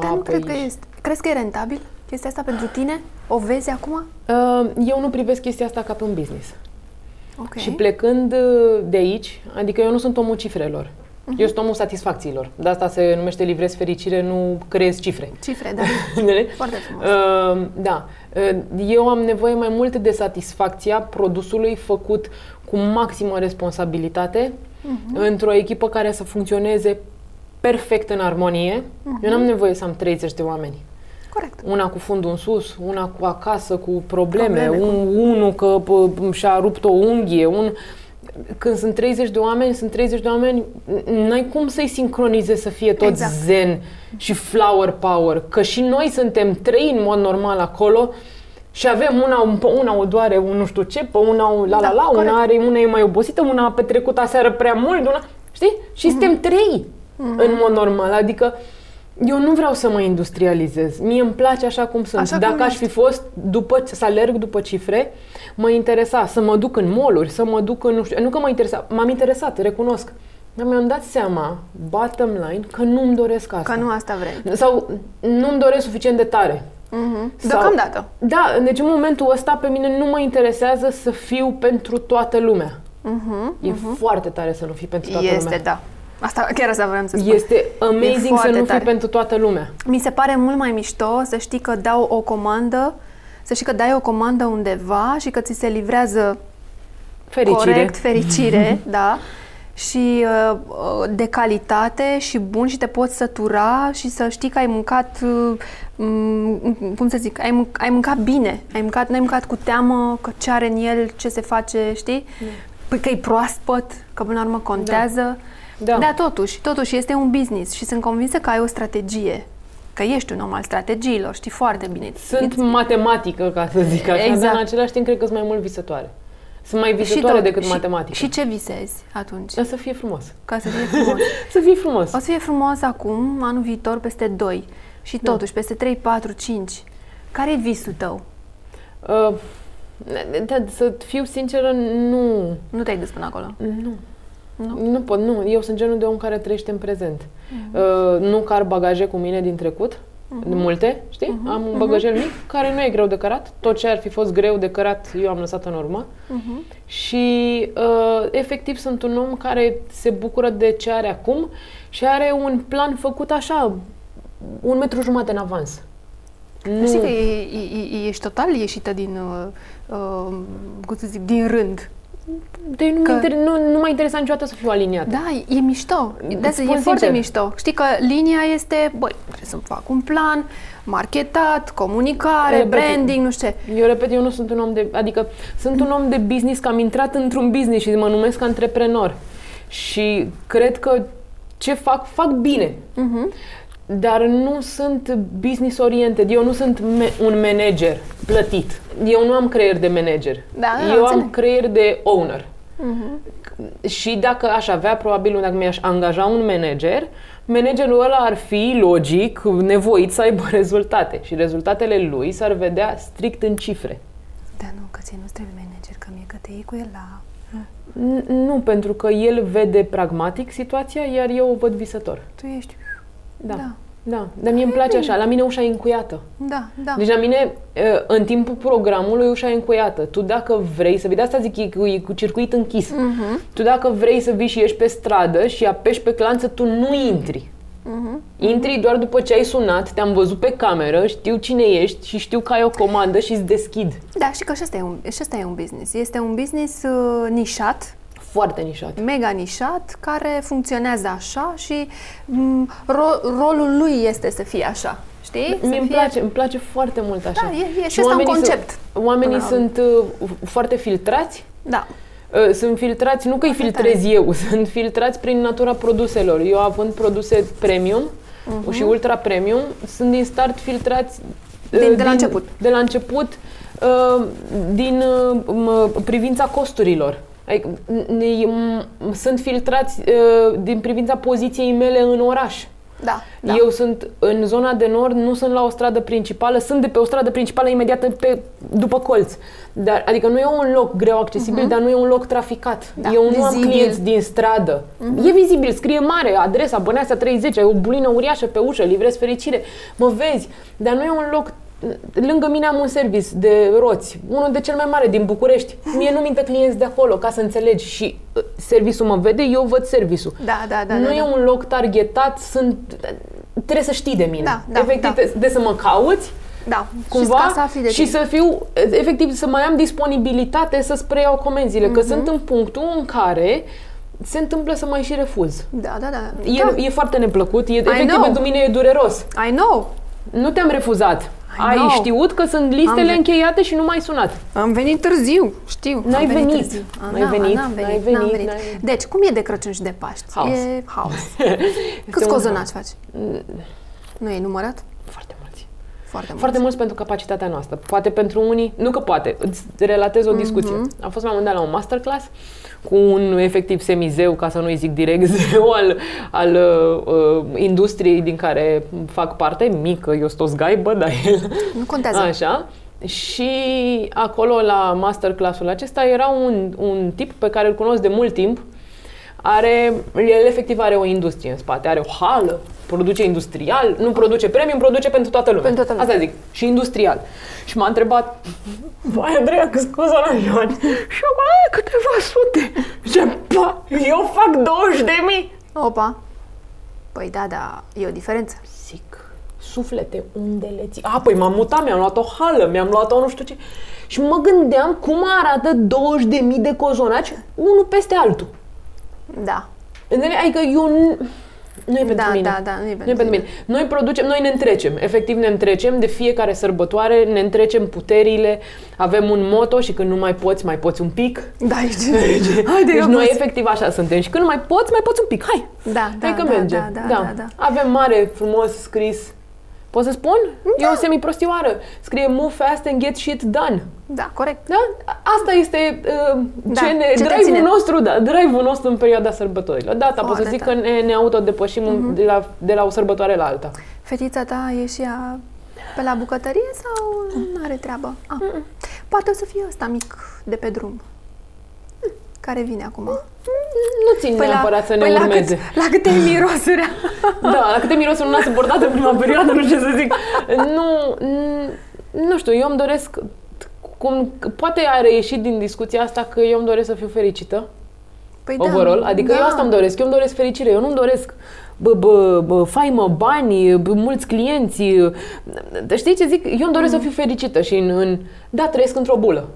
Speaker 1: Dar
Speaker 2: A,
Speaker 1: nu cred
Speaker 2: păi,
Speaker 1: că este. Crezi că e rentabil chestia asta pentru tine? O vezi acum?
Speaker 2: Uh, Eu nu privesc chestia asta ca pe un business.
Speaker 1: Ok.
Speaker 2: Și plecând uh, de aici, adică eu nu sunt omul cifrelor.
Speaker 1: Mhm.
Speaker 2: Eu sunt omul satisfacțiilor. De asta se numește livrez fericire, nu creez cifre.
Speaker 1: Cifre, da.
Speaker 2: Înțelegi?
Speaker 1: Foarte frumos.
Speaker 2: Uh, da. Uh, Eu am nevoie mai mult de satisfacția produsului făcut cu maximă responsabilitate,
Speaker 1: Mhm.
Speaker 2: într-o echipă care să funcționeze perfect în armonie. Eu
Speaker 1: Mhm.
Speaker 2: n-am nevoie să am 30 de oameni.
Speaker 1: Corect.
Speaker 2: Una cu fundul în sus, una cu acasă, cu probleme,
Speaker 1: Probleme,
Speaker 2: un, unul că pă, și-a rupt o unghie, un... Când sunt 30 de oameni, sunt 30 de oameni, n- n-ai cum să-i sincronizezi să fie toți
Speaker 1: Exact.
Speaker 2: zen și flower power. Că și noi suntem trei în mod normal acolo și avem una, un- pe una o doare, un nu știu ce, pe una o la la
Speaker 1: Da,
Speaker 2: la,
Speaker 1: corect.
Speaker 2: una are, una e mai obosită, una a petrecut aseară prea mult, una... Știi? Și
Speaker 1: Mhm.
Speaker 2: suntem trei în mod normal. Adică eu nu vreau să mă industrializez. Mie îmi place așa cum sunt.
Speaker 1: Așa cum
Speaker 2: Dacă aș
Speaker 1: ești.
Speaker 2: fi fost după ce- să alerg după cifre, mă interesa să mă duc în moluri, să mă duc în nu știu, nu că mă interesa, m-am interesat, recunosc. Dar mi-am dat seama, bottom line, că nu-mi doresc asta.
Speaker 1: Că nu asta vrei.
Speaker 2: Sau nu-mi doresc suficient de tare.
Speaker 1: Mhm.
Speaker 2: Sau-
Speaker 1: Deocamdată.
Speaker 2: Da, deci în momentul ăsta pe mine nu mă interesează să fiu pentru toată lumea.
Speaker 1: Mhm.
Speaker 2: E foarte tare să nu fii pentru toată
Speaker 1: Este,
Speaker 2: lumea.
Speaker 1: da. Asta, chiar asta vreau să spun.
Speaker 2: Este
Speaker 1: E
Speaker 2: amazing să
Speaker 1: foarte
Speaker 2: nu
Speaker 1: tare.
Speaker 2: fii pentru toată lumea.
Speaker 1: Mi se pare mult mai mișto să știi că dau o comandă, să știi că dai o comandă undeva și că ți se livrează
Speaker 2: Fericire.
Speaker 1: corect, fericire, da, și uh, uh, de calitate și bun și te poți sătura și să știi că ai mâncat, uh, mm, cum să zic, ai, mânc- ai mâncat bine, ai mâncat, n-ai mâncat cu teamă că ce are în el, ce se face, știi? Păi că e proaspăt, că până la urmă contează.
Speaker 2: Da.
Speaker 1: Dar totuși, totuși este un business și sunt convinsă că ai o strategie. Că ești un om al strategiilor, știi foarte bine.
Speaker 2: Sunt matematică, ca să zic așa, exact. dar
Speaker 1: Exact.
Speaker 2: în același timp cred că sunt mai mult visătoare. Sunt mai visătoare
Speaker 1: tot-
Speaker 2: decât
Speaker 1: și,
Speaker 2: matematică. Da.
Speaker 1: Și ce visezi atunci?
Speaker 2: Dar să fie frumos.
Speaker 1: Ca să fie frumos.
Speaker 2: Să fie frumos.
Speaker 1: O să fie frumos acum, anul viitor, peste 2 și
Speaker 2: Da.
Speaker 1: totuși peste 3, 4, 5. Care e visul tău?
Speaker 2: Uh, da, să fiu sinceră, nu.
Speaker 1: Nu te-ai gândit până acolo.
Speaker 2: Nu.
Speaker 1: Nu? Mhm.
Speaker 2: Nu pot, nu. Eu sunt genul de om care trăiește în prezent. Uh, nu car bagaje cu mine din trecut, multe, știi?
Speaker 1: Mhm.
Speaker 2: Am un bagajel mic care nu e greu de cărat. Tot ce ar fi fost greu de cărat, eu am lăsat în urmă.
Speaker 1: Mhm.
Speaker 2: Și uh, efectiv sunt un om care se bucură de ce are acum și are un plan făcut așa, un metru jumate în avans.
Speaker 1: Nu. Știi că e, e, e, ești total ieșită din, uh, uh, cum să zic, din rând.
Speaker 2: Deci nu,
Speaker 1: că-
Speaker 2: că... inter- nu, nu m-a interesat niciodată să fiu aliniat.
Speaker 1: Da, e- e mișto.
Speaker 2: Îți
Speaker 1: Da, e
Speaker 2: spun
Speaker 1: foarte
Speaker 2: sincer.
Speaker 1: mișto. Știi că linia este, băi, trebuie să-mi fac un plan, marketat, comunicare,
Speaker 2: Repet.
Speaker 1: branding, nu știu ce.
Speaker 2: Eu repet, eu nu sunt un om de... Adică sunt un om de business, că am intrat într-un business și mă numesc antreprenor. Și cred că ce fac, fac bine.
Speaker 1: Mhm.
Speaker 2: Dar nu sunt business oriented. Eu nu sunt me- un manager plătit. Eu nu am creier de manager.
Speaker 1: Da,
Speaker 2: eu
Speaker 1: înțeleg.
Speaker 2: am creier de owner. Și dacă aș avea, probabil, dacă mi-aș angaja un manager, managerul ăla ar fi, logic, nevoit să aibă rezultate. Și rezultatele lui s-ar vedea strict în cifre.
Speaker 1: Da, nu, că ție nu trebuie manager, că mie că te iei cu el la...
Speaker 2: N- Nu, pentru că el vede pragmatic situația, iar eu o văd visător.
Speaker 1: Tu ești...
Speaker 2: Da.
Speaker 1: Da.
Speaker 2: Da, dar mie îmi place așa. La mine ușa e încuiată.
Speaker 1: Da, da.
Speaker 2: Deci la mine, eh, în timpul programului, ușa e încuiată. Tu dacă vrei să vii, de asta zic, e cu, e cu circuit închis. Tu dacă vrei să vii și ieși pe stradă și apeși pe clanță, tu nu intri. Intri doar după ce ai sunat, te-am văzut pe cameră, știu cine ești și știu că ai o comandă și îți deschid.
Speaker 1: Da, și că și asta e un, și asta e un business. Este un business uh, nișat,
Speaker 2: Foarte nișat.
Speaker 1: mega nișat, care funcționează așa și mm, ro- rolul lui este să fie așa. Știi? Să
Speaker 2: Mie îmi
Speaker 1: fie-
Speaker 2: place, îmi place foarte mult așa.
Speaker 1: Da, e- e și ăsta un
Speaker 2: oamenii
Speaker 1: concept,
Speaker 2: Sunt, oamenii
Speaker 1: până la urmă.
Speaker 2: sunt uh, foarte filtrați.
Speaker 1: Da.
Speaker 2: Uh, Sunt filtrați, nu că îi filtrez eu, sunt filtrați prin natura produselor. Eu având produse premium
Speaker 1: Mhm.
Speaker 2: și ultra premium, sunt din start filtrați uh,
Speaker 1: Din- de la început.
Speaker 2: De la început, uh, din uh, m- privința costurilor. Adică, n- ne- m- sunt filtrați uh, din privința poziției mele în oraș.
Speaker 1: Da, da.
Speaker 2: Da. Eu sunt în zona de nord, nu sunt la o stradă principală, sunt de pe o stradă principală imediat pe, după colț. Dar, adică nu e un loc greu accesibil, uh-huh. dar nu e un loc traficat.
Speaker 1: Mhm. Da,
Speaker 2: Da. Eu nu am
Speaker 1: vizibil. Mhm.
Speaker 2: clienți din stradă. Uh-huh. E vizibil, scrie mare, adresa, Băneasa 30, ai o bulină uriașă pe ușă, livrez fericire, mă vezi. Dar nu e un loc... Lângă mine am un service de roți, unul de cel mai mare din București. Mie nu mintă clienți de acolo, ca să înțelegi. Și uh, serviciul mă vede, eu văd serviciul
Speaker 1: Da, da, da.
Speaker 2: nu
Speaker 1: da,
Speaker 2: e
Speaker 1: da.
Speaker 2: un loc targetat, sunt trebuie să știi de mine.
Speaker 1: Da, da,
Speaker 2: efectiv,
Speaker 1: da.
Speaker 2: trebuie de să mă cauți
Speaker 1: Da.
Speaker 2: cumva
Speaker 1: și, ca să afli de
Speaker 2: și
Speaker 1: tine.
Speaker 2: să fiu, efectiv, să mai am disponibilitate să-ți preiau comenzile,
Speaker 1: Mhm.
Speaker 2: că sunt în punctul în care se întâmplă să mai și refuz.
Speaker 1: Da, da, da.
Speaker 2: E,
Speaker 1: da.
Speaker 2: e foarte neplăcut, e, efectiv
Speaker 1: know.
Speaker 2: pentru mine e dureros.
Speaker 1: Da, I know.
Speaker 2: Nu te-am refuzat. Ai
Speaker 1: know.
Speaker 2: știut că sunt listele
Speaker 1: Am-
Speaker 2: încheiate și nu m-ai sunat.
Speaker 1: Am venit târziu, știu.
Speaker 2: N-ai
Speaker 1: am
Speaker 2: venit.
Speaker 1: târziu. A,
Speaker 2: N-ai
Speaker 1: n-am, a,
Speaker 2: venit,
Speaker 1: N-am
Speaker 2: n-ai
Speaker 1: venit,
Speaker 2: venit,
Speaker 1: n-am venit.
Speaker 2: n-ai venit.
Speaker 1: Deci, cum e de Crăciun și de Paști?
Speaker 2: Haos.
Speaker 1: E haos. Câți
Speaker 2: un Mm.
Speaker 1: cozonaci
Speaker 2: haos.
Speaker 1: faci? Nu e numărat?
Speaker 2: Foarte mulți.
Speaker 1: Foarte mult.
Speaker 2: Foarte mulți pentru capacitatea noastră. Poate pentru unii, nu că poate, îți relatez o discuție. Am fost la un moment dat la un masterclass cu un efectiv semizeu, ca să nu-i zic direct, zeu al, al uh, uh, industriei din care fac parte, mică, eu sunt o zgaibă, dar el...
Speaker 1: Nu contează.
Speaker 2: Așa. Și acolo la masterclassul acesta era un, un tip pe care îl cunosc de mult timp. Are, el efectiv are o industrie în spate, are o hală, produce industrial, nu produce premium, produce pentru toată lumea.
Speaker 1: Pentru toată lumea.
Speaker 2: Asta zic, și industrial. Și m-a întrebat, Vai, Andreea, câți cozonaci faci? Și eu, "A, câteva sute. Zice, pa, eu fac 20 de mii.
Speaker 1: Opa. Păi da, da, e o diferență.
Speaker 2: Zic, suflete, unde le ții? A, păi m-am mutat, mi-am luat o hală, mi-am luat o nu știu ce. Și mă gândeam cum arată 20.000 de cozonaci, unul peste altul.
Speaker 1: Da.
Speaker 2: Înțelegi? Adică eu... n- Nu e pentru
Speaker 1: da,
Speaker 2: mine.
Speaker 1: da, da, nu e
Speaker 2: Nu e pentru mine. Noi producem, noi ne întrecem, efectiv ne întrecem de fiecare sărbătoare, ne întrecem puterile, avem un moto și când nu mai poți, mai poți un pic.
Speaker 1: Da, aici. Haide,
Speaker 2: deci
Speaker 1: eu
Speaker 2: noi
Speaker 1: mă-
Speaker 2: efectiv așa suntem și când nu mai poți, mai poți un pic. Hai,
Speaker 1: Da, da,
Speaker 2: hai că
Speaker 1: da,
Speaker 2: merge.
Speaker 1: da, da, da, da.
Speaker 2: Avem mare, frumos scris. Poți să spun? Da. E o semiprostioară. Scrie move fast and get shit done.
Speaker 1: Da, corect.
Speaker 2: Da? A- Asta este uh,
Speaker 1: Da,
Speaker 2: ce ne,
Speaker 1: ce te
Speaker 2: drive-ul
Speaker 1: ține.
Speaker 2: nostru, da, drive-ul nostru în perioada sărbătorilor. Da, da, pot să
Speaker 1: Foarte
Speaker 2: zic că
Speaker 1: tare. Mhm.
Speaker 2: ne, ne autodepășim în- de, la, de la o sărbătoare la alta.
Speaker 1: Fetița ta e și ea pe la bucătărie sau nu are treabă? Ah. Poate o să fie ăsta mic de pe drum. Hmm. Care vine acum?
Speaker 2: Nu țin păi neapărat Mm. să ne
Speaker 1: Mm. păi
Speaker 2: urmeze.
Speaker 1: La, cât, la câte mirosurea.
Speaker 2: Da, la câte mirosuri nu ați suportat în prima perioadă, nu știu ce să zic. Nu, n- nu știu, eu îmi doresc, cum, poate a reieșit din discuția asta că eu îmi doresc să fiu fericită,
Speaker 1: Păi
Speaker 2: overall, adică eu asta îmi doresc, eu îmi doresc fericire, eu nu-mi doresc bă, bă, bă, faimă, bani, bă, mulți clienți, Deci știi ce zic? Eu îmi
Speaker 1: Mm.
Speaker 2: doresc să fiu fericită și în, în da, trăiesc într-o bulă,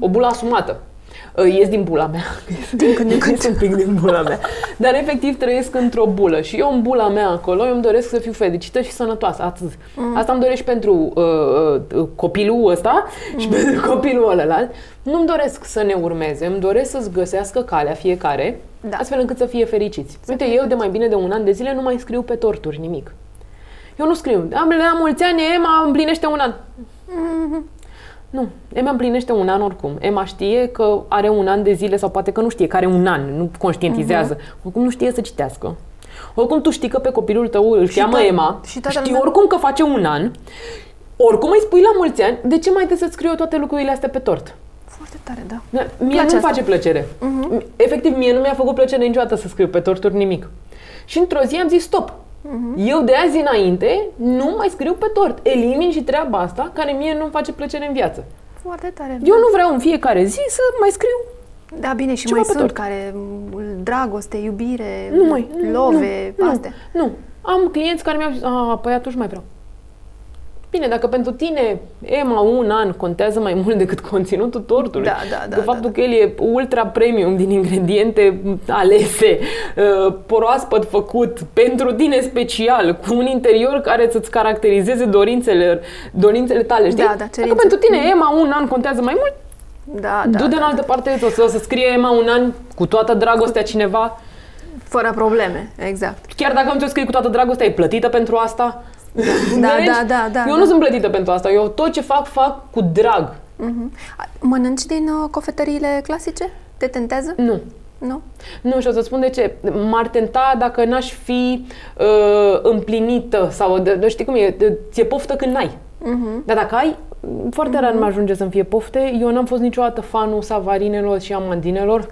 Speaker 2: o bulă asumată. Uh, Ies din bula mea.
Speaker 1: Din când în când.
Speaker 2: Ies un pic din bula mea. Dar efectiv trăiesc într-o bulă și eu în bula mea acolo, eu îmi doresc să fiu fericită și sănătoasă. Atât.
Speaker 1: Mm.
Speaker 2: Asta îmi doresc și pentru uh, uh, uh, copilul ăsta
Speaker 1: Mm.
Speaker 2: și pentru copilul ălălalt. Nu-mi doresc să ne urmeze, îmi doresc să-ți găsească calea fiecare,
Speaker 1: Da.
Speaker 2: astfel încât să fie fericiți. Uite, eu de mai bine de un an de zile nu mai scriu pe torturi nimic. Eu nu scriu. Am la mulți ani, Emma împlinește un an.
Speaker 1: Mm-hmm.
Speaker 2: Nu, Emma împlinește un an oricum. Emma știe că are un an de zile sau poate că nu știe că are un an, nu conștientizează.
Speaker 1: Mhm.
Speaker 2: Oricum nu știe să citească. Oricum tu știi că pe copilul tău îl cheamă
Speaker 1: to-
Speaker 2: Emma,
Speaker 1: și toată
Speaker 2: știi
Speaker 1: lumea-
Speaker 2: oricum că face un an, oricum îi spui la mulți ani, de ce mai trebuie să scriu eu toate lucrurile astea pe tort?
Speaker 1: Foarte tare, da.
Speaker 2: Da,
Speaker 1: Place
Speaker 2: Mie nu-mi
Speaker 1: asta. Mhm.
Speaker 2: face plăcere. Efectiv, mie nu mi-a făcut plăcere niciodată să scriu pe torturi nimic. Și într-o zi am zis stop.
Speaker 1: Mhm.
Speaker 2: Eu de azi înainte nu mai scriu pe tort. Elimin și treaba asta care mie nu-mi face plăcere în viață.
Speaker 1: Foarte tare.
Speaker 2: Eu nu vreau în fiecare zi să mai scriu.
Speaker 1: Da, bine, și
Speaker 2: Ceva
Speaker 1: mai
Speaker 2: pe
Speaker 1: sunt
Speaker 2: tort.
Speaker 1: care m, dragoste, iubire,
Speaker 2: Nu mai. nu,
Speaker 1: love,
Speaker 2: nu,
Speaker 1: astea.
Speaker 2: Nu, nu. Am clienți care mi-au zis, a, păi atunci mai vreau. Bine, dacă pentru tine Emma un an contează mai mult decât conținutul tortului,
Speaker 1: Da, da, da,
Speaker 2: de
Speaker 1: da,
Speaker 2: faptul că el e ultra premium din ingrediente alese, uh, proaspăt făcut, pentru tine special, cu un interior care să-ți caracterizeze dorințele, dorințele tale, știi?
Speaker 1: Da, da,
Speaker 2: dacă
Speaker 1: cerințe.
Speaker 2: pentru tine Emma un an contează mai mult,
Speaker 1: Da,
Speaker 2: da,
Speaker 1: da,
Speaker 2: du-te în
Speaker 1: da,
Speaker 2: altă parte, o să, o să scrie Emma un an cu toată dragostea cineva,
Speaker 1: fără probleme, exact.
Speaker 2: Chiar dacă nu ți-o scrii cu toată dragostea, e plătită pentru asta?
Speaker 1: Da,
Speaker 2: Înțelegi?
Speaker 1: da, da, da,
Speaker 2: Eu
Speaker 1: da.
Speaker 2: nu sunt plătită pentru asta. Eu tot ce fac, fac cu drag.
Speaker 1: Mhm. A, Mănânci din uh, cofetăriile clasice? Te tentează?
Speaker 2: Nu.
Speaker 1: Nu?
Speaker 2: Nu, și o să spun de ce. M-ar tenta dacă n-aș fi uh, împlinită sau, de, de, știi cum e, de, ți-e poftă când n-ai.
Speaker 1: Mhm.
Speaker 2: Dar dacă ai, foarte rar mi ajunge să-mi fie pofte. Eu n-am fost niciodată fanul savarinelor și amandinelor.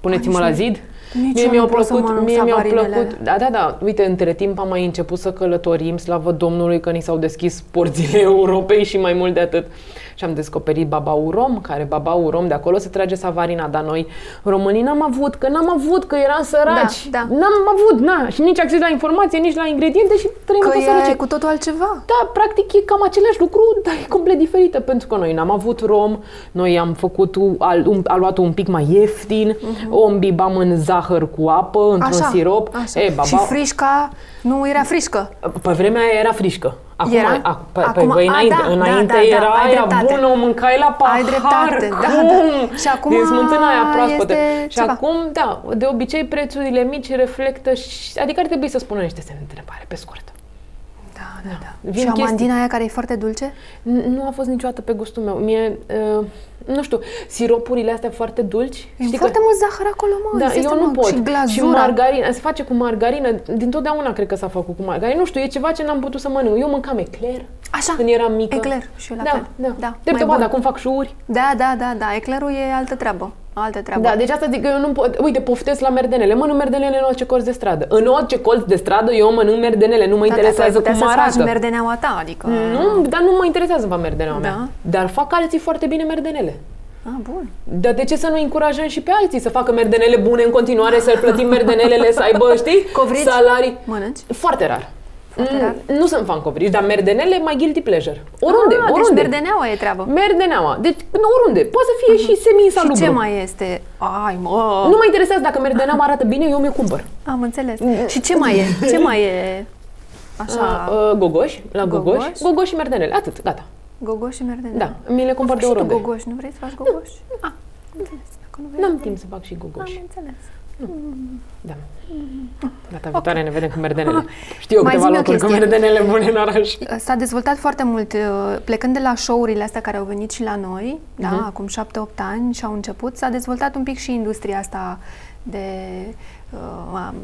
Speaker 2: Puneți-mă
Speaker 1: Nici
Speaker 2: la
Speaker 1: nu-
Speaker 2: zid.
Speaker 1: nici eu nu
Speaker 2: mi-au
Speaker 1: pot să
Speaker 2: plăcut,
Speaker 1: mănânc
Speaker 2: mie mi-au
Speaker 1: savarinele
Speaker 2: plăcut. Da, da, da. Uite, între timp am mai început să călătorim, slavă Domnului că ni s-au deschis porțile Europei și mai mult de atât. Și am descoperit babaurom, care babaurom de acolo se trage savarina, dar noi românii n-am avut, că n-am avut, că eram săraci.
Speaker 1: Da, da.
Speaker 2: N-am avut, na, și nici acces la informație, nici la ingrediente și trăim
Speaker 1: Că
Speaker 2: într-o sărăcie.
Speaker 1: e cu totul altceva.
Speaker 2: Da, practic e cam același lucru, dar e complet diferită, pentru că noi n-am avut rom, noi am făcut al, un, aluatul un pic mai ieftin, o îmbibam în zahăr cu apă, într-un sirop.
Speaker 1: Mhm. așa.
Speaker 2: E, baba,
Speaker 1: Și frișca nu era frișcă.
Speaker 2: pe vremea aia era frișcă. Acum,
Speaker 1: Era?
Speaker 2: A, pe,
Speaker 1: Acum-
Speaker 2: pe, băi,
Speaker 1: a,
Speaker 2: înainte,
Speaker 1: da, da,
Speaker 2: înainte
Speaker 1: da, da,
Speaker 2: era
Speaker 1: ai
Speaker 2: aia
Speaker 1: dreptate.
Speaker 2: bună, o mâncai la pahar.
Speaker 1: Ai dreptate, da,
Speaker 2: cum?
Speaker 1: da. Și acum
Speaker 2: Din smântâna aia proaspătă.
Speaker 1: este
Speaker 2: Și
Speaker 1: ceva.
Speaker 2: acum, da, de obicei prețurile mici reflectă și, adică ar trebui să spună niște semne de întrebare, pe scurt.
Speaker 1: Da, da, da.
Speaker 2: Vin
Speaker 1: Și
Speaker 2: chestii.
Speaker 1: amandina aia care e foarte dulce?
Speaker 2: N- Nu a fost niciodată pe gustul meu. Mie, uh, nu știu, siropurile astea foarte dulci.
Speaker 1: E foarte mult zahăr acolo, mă.
Speaker 2: da,
Speaker 1: insistă,
Speaker 2: eu nu
Speaker 1: mă.
Speaker 2: pot.
Speaker 1: Și
Speaker 2: și
Speaker 1: glazura.
Speaker 2: margarina, se face cu margarină. Dintotdeauna cred că s-a făcut cu margarină. Nu știu, e ceva ce n-am putut să mănânc. Eu mâncam ecler
Speaker 1: Așa,
Speaker 2: când eram mică.
Speaker 1: ecler Da. și eu la
Speaker 2: da,
Speaker 1: fel.
Speaker 2: Da,
Speaker 1: Da,
Speaker 2: Drept
Speaker 1: mai
Speaker 2: dovadă,
Speaker 1: bun.
Speaker 2: acum fac șuri.
Speaker 1: Da, da, da, da. Eclerul e altă treabă. Altă treabă.
Speaker 2: Da, deci asta zic că eu nu pot. Uite, poftesc la merdenele. Mănânc merdenele în orice colț de stradă. În orice colț de stradă eu mănânc merdenele. Nu mă
Speaker 1: Da, da,
Speaker 2: interesează
Speaker 1: tu ai
Speaker 2: cum
Speaker 1: putea să-ți
Speaker 2: arată. Mm.
Speaker 1: faci merdeneaua ta, adică...
Speaker 2: nu, dar nu mă interesează va merdeneaua mea.
Speaker 1: Da.
Speaker 2: Dar fac alții foarte bine merdenele.
Speaker 1: Ah, bun.
Speaker 2: Dar de ce să nu încurajăm și pe alții să facă merdenele bune în continuare, să-l plătim merdenelele, să aibă, știi,
Speaker 1: Covrici?
Speaker 2: salarii?
Speaker 1: Mănânci?
Speaker 2: Foarte rar.
Speaker 1: Foarte rar.
Speaker 2: Mm, nu sunt fan covrigi, dar merdenele mai guilty pleasure. Oriunde,
Speaker 1: Ah,
Speaker 2: oriunde.
Speaker 1: Deci merdeneaua e treabă.
Speaker 2: Merdeneaua. Deci oriunde. Poate să fie și semi-insalubru.
Speaker 1: Mhm. Și ce mai este? Ai, mă!
Speaker 2: Nu mă interesează dacă merdeneaua arată bine, eu mi-o cumpăr.
Speaker 1: Am înțeles. Și ce mai e? Ce mai e? Așa,
Speaker 2: La, Mm. uh, gogoși, la gogoși,
Speaker 1: Gogoși.
Speaker 2: gogoși, și merdenele, atât, gata.
Speaker 1: gogoș și merdenea.
Speaker 2: Da, mi le cumpăr de
Speaker 1: Și tu
Speaker 2: oriunde.
Speaker 1: gogoș, nu vrei să faci gogoș? Ah, am înțeles. Dacă nu vrei,
Speaker 2: N-am timp să fac și gogoși.
Speaker 1: Am înțeles.
Speaker 2: Da. Data viitoare ne vedem cu merdenele. Știu eu
Speaker 1: Mai
Speaker 2: câteva
Speaker 1: zi-mi o
Speaker 2: locuri cu
Speaker 1: chestie.
Speaker 2: merdenele bune în oraș.
Speaker 1: Adică S-a dezvoltat foarte mult, uh, plecând de la show-urile astea care au venit și la noi,
Speaker 2: Mhm.
Speaker 1: da, acum 7-8 ani și au început, s-a dezvoltat un pic și industria asta de uh, am,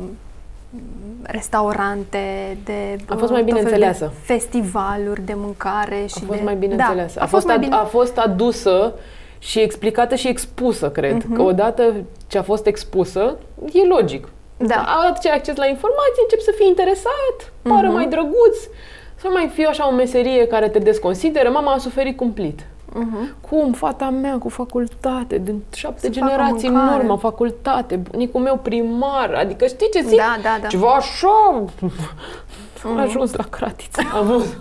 Speaker 1: restaurante, de
Speaker 2: A fost mai
Speaker 1: uh,
Speaker 2: bine
Speaker 1: tot felul de
Speaker 2: înțeleasă.
Speaker 1: festivaluri de mâncare și
Speaker 2: A fost
Speaker 1: de...
Speaker 2: mai bine
Speaker 1: da,
Speaker 2: înțeleasă.
Speaker 1: A, fost, mai
Speaker 2: ad-
Speaker 1: bine...
Speaker 2: a fost adusă și explicată și expusă, cred.
Speaker 1: Mhm.
Speaker 2: Că odată ce a fost expusă, e logic.
Speaker 1: Da.
Speaker 2: Ați acces la informații, încep să fii interesat, pară
Speaker 1: Mhm.
Speaker 2: mai drăguț, să mai fie așa o meserie care te desconsideră. Mama a suferit cumplit.
Speaker 1: Mhm.
Speaker 2: Cum fata mea cu facultate, din șapte
Speaker 1: Să facă
Speaker 2: generații în
Speaker 1: mâncare.
Speaker 2: urmă, facultate, bunicul meu primar, adică știi ce zic?
Speaker 1: Da, da, da.
Speaker 2: Ceva așa, a ajuns la cratiță. Mm. A fost,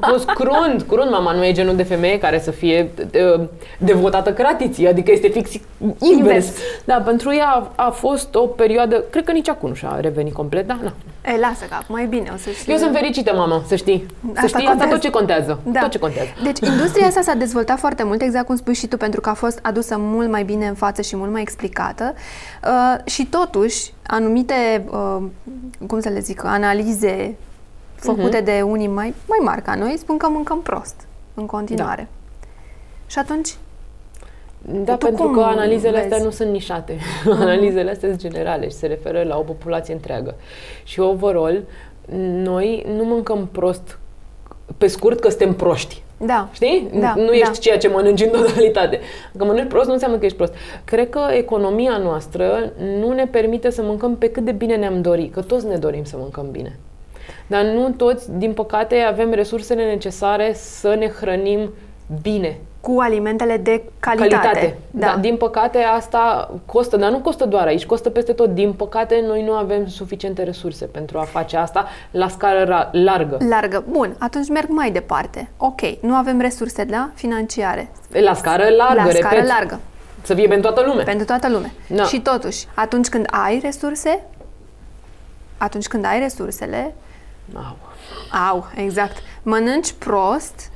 Speaker 2: a fost crunt, crunt. Mama nu e genul de femeie care să fie uh, devotată cratiții, adică este fix invers.
Speaker 1: Invers.
Speaker 2: Da, pentru ea a, a fost o perioadă, cred că nici acum nu și-a revenit complet, da, na.
Speaker 1: E, Eh, lasă că acum e bine, o să-și...
Speaker 2: Eu sunt fericită, mama, să știi.
Speaker 1: Asta
Speaker 2: să știi, asta
Speaker 1: contează.
Speaker 2: tot ce contează.
Speaker 1: Da.
Speaker 2: Tot ce contează.
Speaker 1: Deci, industria asta s-a dezvoltat foarte mult, exact cum spui și tu, pentru că a fost adusă mult mai bine în față și mult mai explicată. Uh, și totuși, anumite, uh, cum să le zic, analize
Speaker 2: Mhm.
Speaker 1: făcute uh-huh. de unii mai, mai mari ca noi spun că mâncăm prost în continuare. Da. Și atunci,
Speaker 2: Da,
Speaker 1: Tu
Speaker 2: pentru
Speaker 1: cum
Speaker 2: că analizele
Speaker 1: vezi?
Speaker 2: astea nu sunt nișate. Mm-hmm. analizele astea sunt generale și se referă la o populație întreagă. Și overall, noi nu mâncăm prost pe scurt că suntem proști.
Speaker 1: da.
Speaker 2: Știi? N-
Speaker 1: Da,
Speaker 2: nu ești
Speaker 1: da.
Speaker 2: ceea ce mănânci în totalitate. Că mănânci prost nu înseamnă că ești prost. Cred că economia noastră nu ne permite să mâncăm pe cât de bine ne-am dorit, că toți ne dorim să mâncăm bine. Dar nu toți, din păcate, avem resursele necesare să ne hrănim bine
Speaker 1: Cu alimentele de calitate.
Speaker 2: calitate. Da. Din păcate asta costă, dar nu costă doar aici, costă peste tot. Din păcate noi nu avem suficiente resurse pentru a face asta la scară ra- largă.
Speaker 1: Largă. Bun, atunci merg mai departe. Ok, nu avem resurse, da? Financiare.
Speaker 2: La scară largă,
Speaker 1: la
Speaker 2: repet.
Speaker 1: scară largă.
Speaker 2: Să fie pentru toată lumea.
Speaker 1: Pentru toată lumea.
Speaker 2: Da.
Speaker 1: Și totuși, atunci când ai resurse, atunci când ai resursele,
Speaker 2: Au.
Speaker 1: au, exact, mănânci prost,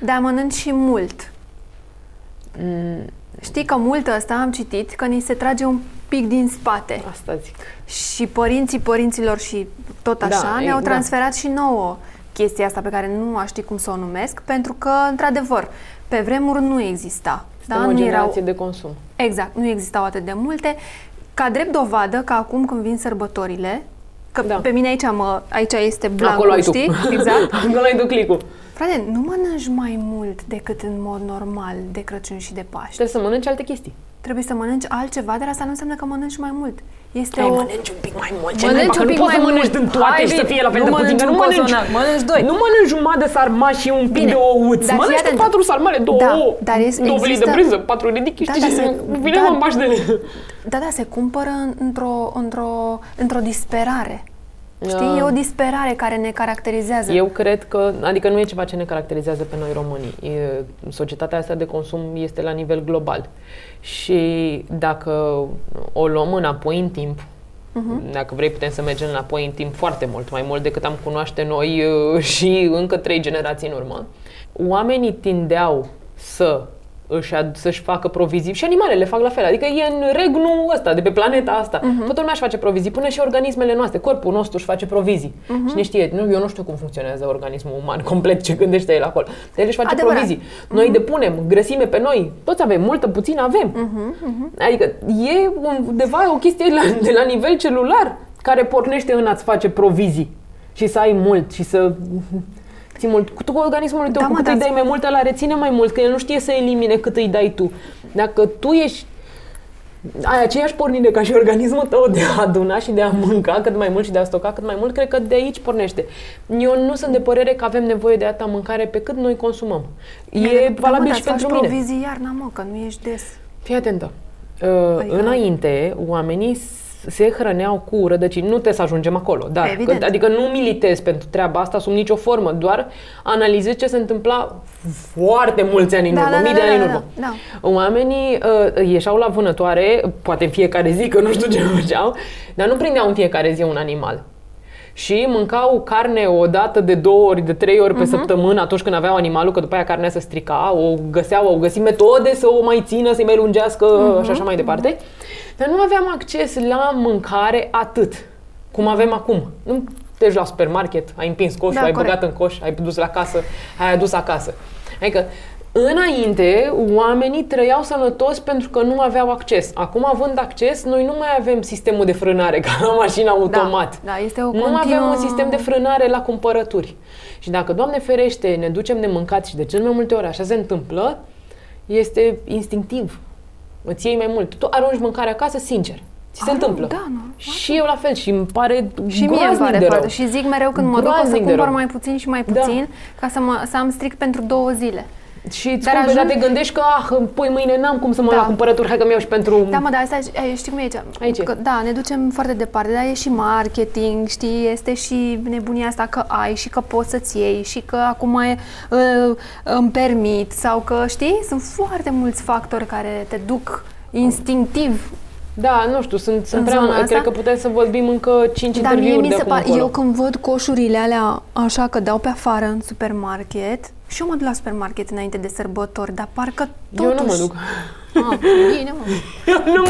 Speaker 1: dar mănânci și mult.
Speaker 2: Mm.
Speaker 1: Știi că mult ăsta am citit că ni se trage un pic din spate.
Speaker 2: Asta zic.
Speaker 1: Și părinții părinților și tot
Speaker 2: Da,
Speaker 1: așa
Speaker 2: e-
Speaker 1: ne-au
Speaker 2: da.
Speaker 1: transferat și nouă chestia asta pe care nu aș ști cum să o numesc, pentru că, într-adevăr, pe vremuri nu exista.
Speaker 2: Da, o
Speaker 1: nu erau
Speaker 2: generație de consum.
Speaker 1: Exact, nu existau atât de multe. Ca drept dovadă că acum când vin sărbătorile, că da.
Speaker 2: Da.
Speaker 1: pe mine aici, mă, aici este
Speaker 2: Acolo
Speaker 1: blancul,
Speaker 2: ai tu.
Speaker 1: știi? Exact.
Speaker 2: Acolo ai tu clicul.
Speaker 1: Frate, nu mănânci mai mult decât în mod normal de Crăciun și de Paște.
Speaker 2: Trebuie să mănânci alte chestii.
Speaker 1: Trebuie să mănânci altceva, dar asta nu înseamnă că mănânci mai mult. Este
Speaker 2: Hai,
Speaker 1: o...
Speaker 2: mănânci un pic mai mult. Ce
Speaker 1: Mănânci
Speaker 2: naiba, că
Speaker 1: un pic
Speaker 2: nu poți
Speaker 1: mai
Speaker 2: să mănânci
Speaker 1: mult.
Speaker 2: din toate
Speaker 1: Hai,
Speaker 2: și să
Speaker 1: bine.
Speaker 2: fie la fel
Speaker 3: Nu
Speaker 2: de puțin.
Speaker 3: mănânci
Speaker 2: că
Speaker 3: un cozonac, mănânci doi.
Speaker 2: Nu mănânci jumătate de sarmale și un pic
Speaker 1: Bine.
Speaker 2: de ouț.
Speaker 1: Dar fii
Speaker 2: mănânci
Speaker 1: atentă.
Speaker 2: cu patru sarmale, două
Speaker 1: Da,
Speaker 2: ouă,
Speaker 1: dar es-
Speaker 2: două felii
Speaker 1: există-
Speaker 2: de brânză, patru ridichi.
Speaker 1: Da,
Speaker 2: știi
Speaker 1: dar
Speaker 2: ce?
Speaker 1: se-
Speaker 2: Vine
Speaker 1: da.
Speaker 2: mă baștele.
Speaker 1: Da, da, se cumpără în- într-o, într-o, într-o disperare. Știi?
Speaker 2: Da.
Speaker 1: E o disperare care ne caracterizează.
Speaker 2: Eu cred că, adică nu e ceva ce ne caracterizează pe noi românii. E, societatea asta de consum este la nivel global. Și dacă o luăm înapoi în timp, dacă vrei putem să mergem înapoi în timp foarte mult, mai mult decât am cunoaște noi e, și încă trei generații în urmă, oamenii tindeau să își ad- să-și facă provizii și animalele fac la fel. Adică e în regnul ăsta, de pe planeta asta. Uh-huh. Toată lumea își face provizii, până și organismele noastre, corpul nostru își face provizii. Uh-huh. Și ne știe, nu, eu nu știu cum funcționează organismul uman complet, ce gândește el acolo. Dar el își face
Speaker 1: Adevărat.
Speaker 2: provizii.
Speaker 1: Mhm.
Speaker 2: Noi depunem grăsime pe noi, toți avem, multă, puțin avem.
Speaker 1: Mhm,
Speaker 2: Uh-huh, uh-huh. Adică e undeva o chestie la, de la nivel celular care pornește în a-ți face provizii și să ai mult și să ții mult. Cu- Tu cu organismul tău,
Speaker 1: Da,
Speaker 2: da, cu
Speaker 1: mă,
Speaker 2: cât
Speaker 1: dar-
Speaker 2: îi dai mai mult, la reține mai mult, că el nu știe să elimine cât îi dai tu. Dacă tu ești ai aceeași pornire ca și organismul tău de a aduna și de a mânca cât mai mult și de a stoca cât mai mult, cred că de aici pornește. Eu nu sunt de părere că avem nevoie de atâta mâncare pe cât noi consumăm. E
Speaker 1: Da, mă,
Speaker 2: valabil
Speaker 1: dar
Speaker 2: și
Speaker 1: îți faci
Speaker 2: pentru mine.
Speaker 1: provizii iarna, mă, că nu ești des.
Speaker 2: Fii atentă. Uh,
Speaker 1: Păi, da.
Speaker 2: înainte, oamenii s- se hrăneau cu rădăcini. Nu trebuie să ajungem acolo, da.
Speaker 1: Evident.
Speaker 2: Că- Adică nu militez pentru treaba asta sub nicio formă, doar analizez ce se întâmpla foarte mulți ani în
Speaker 1: Da,
Speaker 2: urmă,
Speaker 1: da, da,
Speaker 2: mii de
Speaker 1: da,
Speaker 2: ani
Speaker 1: da,
Speaker 2: în
Speaker 1: da,
Speaker 2: urmă. Oamenii uh, ieșeau la vânătoare, poate în fiecare zi, că nu știu ce făceau, dar nu prindeau în fiecare zi un animal. Și mâncau carne o dată, de două ori, de trei ori pe săptămână atunci când aveau animalul, că după aia carnea se strica, o găseau, au găsit metode să o mai țină, să-i mai lungească și așa mai departe. Dar nu aveam acces la mâncare atât cum avem acum. Nu te duci la supermarket, ai împins coșul,
Speaker 1: Da,
Speaker 2: ai
Speaker 1: corect.
Speaker 2: băgat în coș, ai dus la casă, ai adus acasă. Adică, înainte, oamenii trăiau sănătos pentru că nu aveau acces. Acum, având acces, noi nu mai avem sistemul de frânare ca la mașina automat.
Speaker 1: da, este o
Speaker 2: nu
Speaker 1: continuă-
Speaker 2: avem un sistem de frânare la cumpărături. Și dacă, Doamne ferește, ne ducem de mâncat și de cel mai multe ori așa se întâmplă, este instinctiv. Îți iei mai mult. Tu arunci mâncarea acasă, sincer. Ți se
Speaker 1: Arunc,
Speaker 2: întâmplă.
Speaker 1: da, normal.
Speaker 2: Și eu la fel și îmi pare
Speaker 1: Și mie îmi
Speaker 2: groaznic
Speaker 1: pare
Speaker 2: de rău.
Speaker 1: foarte. Și zic mereu când mă duc o să
Speaker 2: Groaznic de
Speaker 1: cumpăr
Speaker 2: rău.
Speaker 1: mai puțin și mai
Speaker 2: Da.
Speaker 1: puțin ca să, mă, să am strict pentru două zile.
Speaker 2: Și îți
Speaker 1: Dar
Speaker 2: cumperi, dar
Speaker 1: ajung-
Speaker 2: te gândești că, ah, păi mâine n-am cum să mă
Speaker 1: Da.
Speaker 2: da. la cumpărături, hai că-mi iau și pentru...
Speaker 1: Da, mă, dar asta e- e, știi cum e aici?
Speaker 2: Mm. Aici e.
Speaker 1: Că, da, ne ducem foarte departe, dar e și marketing, știi, este și nebunia asta că ai și că poți să-ți iei și că acum e, uh, îmi permit sau că, știi, sunt foarte mulți factori care te duc instinctiv.
Speaker 2: da nu știu, sunt, sunt
Speaker 1: În
Speaker 2: prea...
Speaker 1: zona asta?
Speaker 2: Cred că putem să vorbim încă 5
Speaker 1: Dar mie mi
Speaker 2: interviuri de
Speaker 1: se
Speaker 2: acum
Speaker 1: pare,
Speaker 2: încolo.
Speaker 1: eu când văd coșurile alea așa că dau pe afară în supermarket, și eu mă duc la supermarket înainte de sărbători, dar parcă
Speaker 2: eu
Speaker 1: totuși...
Speaker 2: nu mă duc.
Speaker 1: Ah, bine, mă.
Speaker 2: nu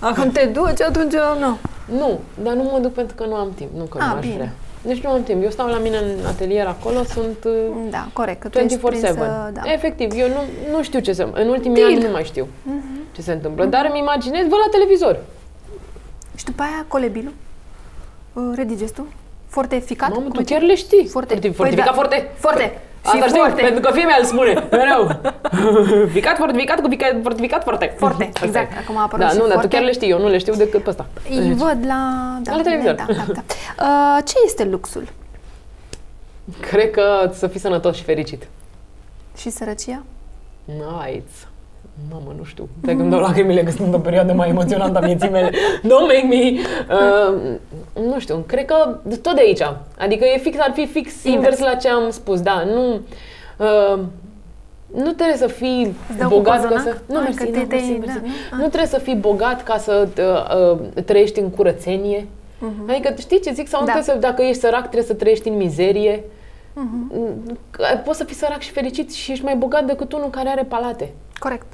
Speaker 2: mă...
Speaker 1: Când te duci, atunci nu.
Speaker 2: Nu, dar nu mă duc pentru că nu am timp. Nu că
Speaker 1: Ah,
Speaker 2: nu aș
Speaker 1: bine.
Speaker 2: vrea. Deci nu am timp. Eu stau la mine în atelier acolo, sunt... uh,
Speaker 1: Da, corect, că tu ești
Speaker 2: 24-7.
Speaker 1: prinsă, da.
Speaker 2: Efectiv, eu nu, nu știu ce se... În ultimii
Speaker 1: Deal.
Speaker 2: ani nu mai știu
Speaker 1: Mhm.
Speaker 2: ce se întâmplă, dar îmi imaginez, văd la televizor.
Speaker 1: Și după aia colebilul, uh, redigestul, foarte eficat.
Speaker 2: Mamă,
Speaker 1: cum
Speaker 2: tu
Speaker 1: îi-
Speaker 2: chiar le știi.
Speaker 1: Forte.
Speaker 2: Forti-
Speaker 1: Păi
Speaker 2: Fortificat
Speaker 1: da.
Speaker 2: forte.
Speaker 1: Forte.
Speaker 2: Asta
Speaker 1: și
Speaker 2: știu,
Speaker 1: forte.
Speaker 2: pentru că femeia îl spune mereu. Ficat, fortificat, cu ficat, fortificat, forte.
Speaker 1: Forte,
Speaker 2: Asta
Speaker 1: exact.
Speaker 2: e.
Speaker 1: Acum a apărut
Speaker 2: Da,
Speaker 1: și
Speaker 2: nu, dar tu
Speaker 1: forte.
Speaker 2: chiar le știi, eu nu le știu decât pe ăsta.
Speaker 1: Îi văd la... Da,
Speaker 2: La televizor.
Speaker 1: Da, da, da. Uh, ce este luxul?
Speaker 2: Cred că să fii sănătos și fericit.
Speaker 1: Și sărăcia?
Speaker 2: Nice. Mamă, nu știu. Te gândau lacrimile că sunt o perioadă mai emoționantă a vieții mele. Don't make me... Uh, nu știu, cred că tot de aici. Adică e fix, ar fi
Speaker 1: Invers.
Speaker 2: fix invers, la ce am spus, da. Nu... Uh, nu trebuie să fii
Speaker 1: Îți dau cu
Speaker 2: bogat ca
Speaker 1: cozonac?
Speaker 2: să... Nu,
Speaker 1: Hai
Speaker 2: mersi,
Speaker 1: că
Speaker 2: nu,
Speaker 1: te- te-
Speaker 2: mersi,
Speaker 1: da,
Speaker 2: mersi.
Speaker 1: nu? Ah.
Speaker 2: nu trebuie să fii bogat ca să uh, uh, trăiești în curățenie. Adică știi ce zic? Sau nu
Speaker 1: Mhm. Da.
Speaker 2: trebuie să, dacă ești sărac, trebuie să trăiești în mizerie.
Speaker 1: Mhm.
Speaker 2: Mm, Că Poți să fii sărac și fericit și ești mai bogat decât unul care are palate.
Speaker 1: Corect.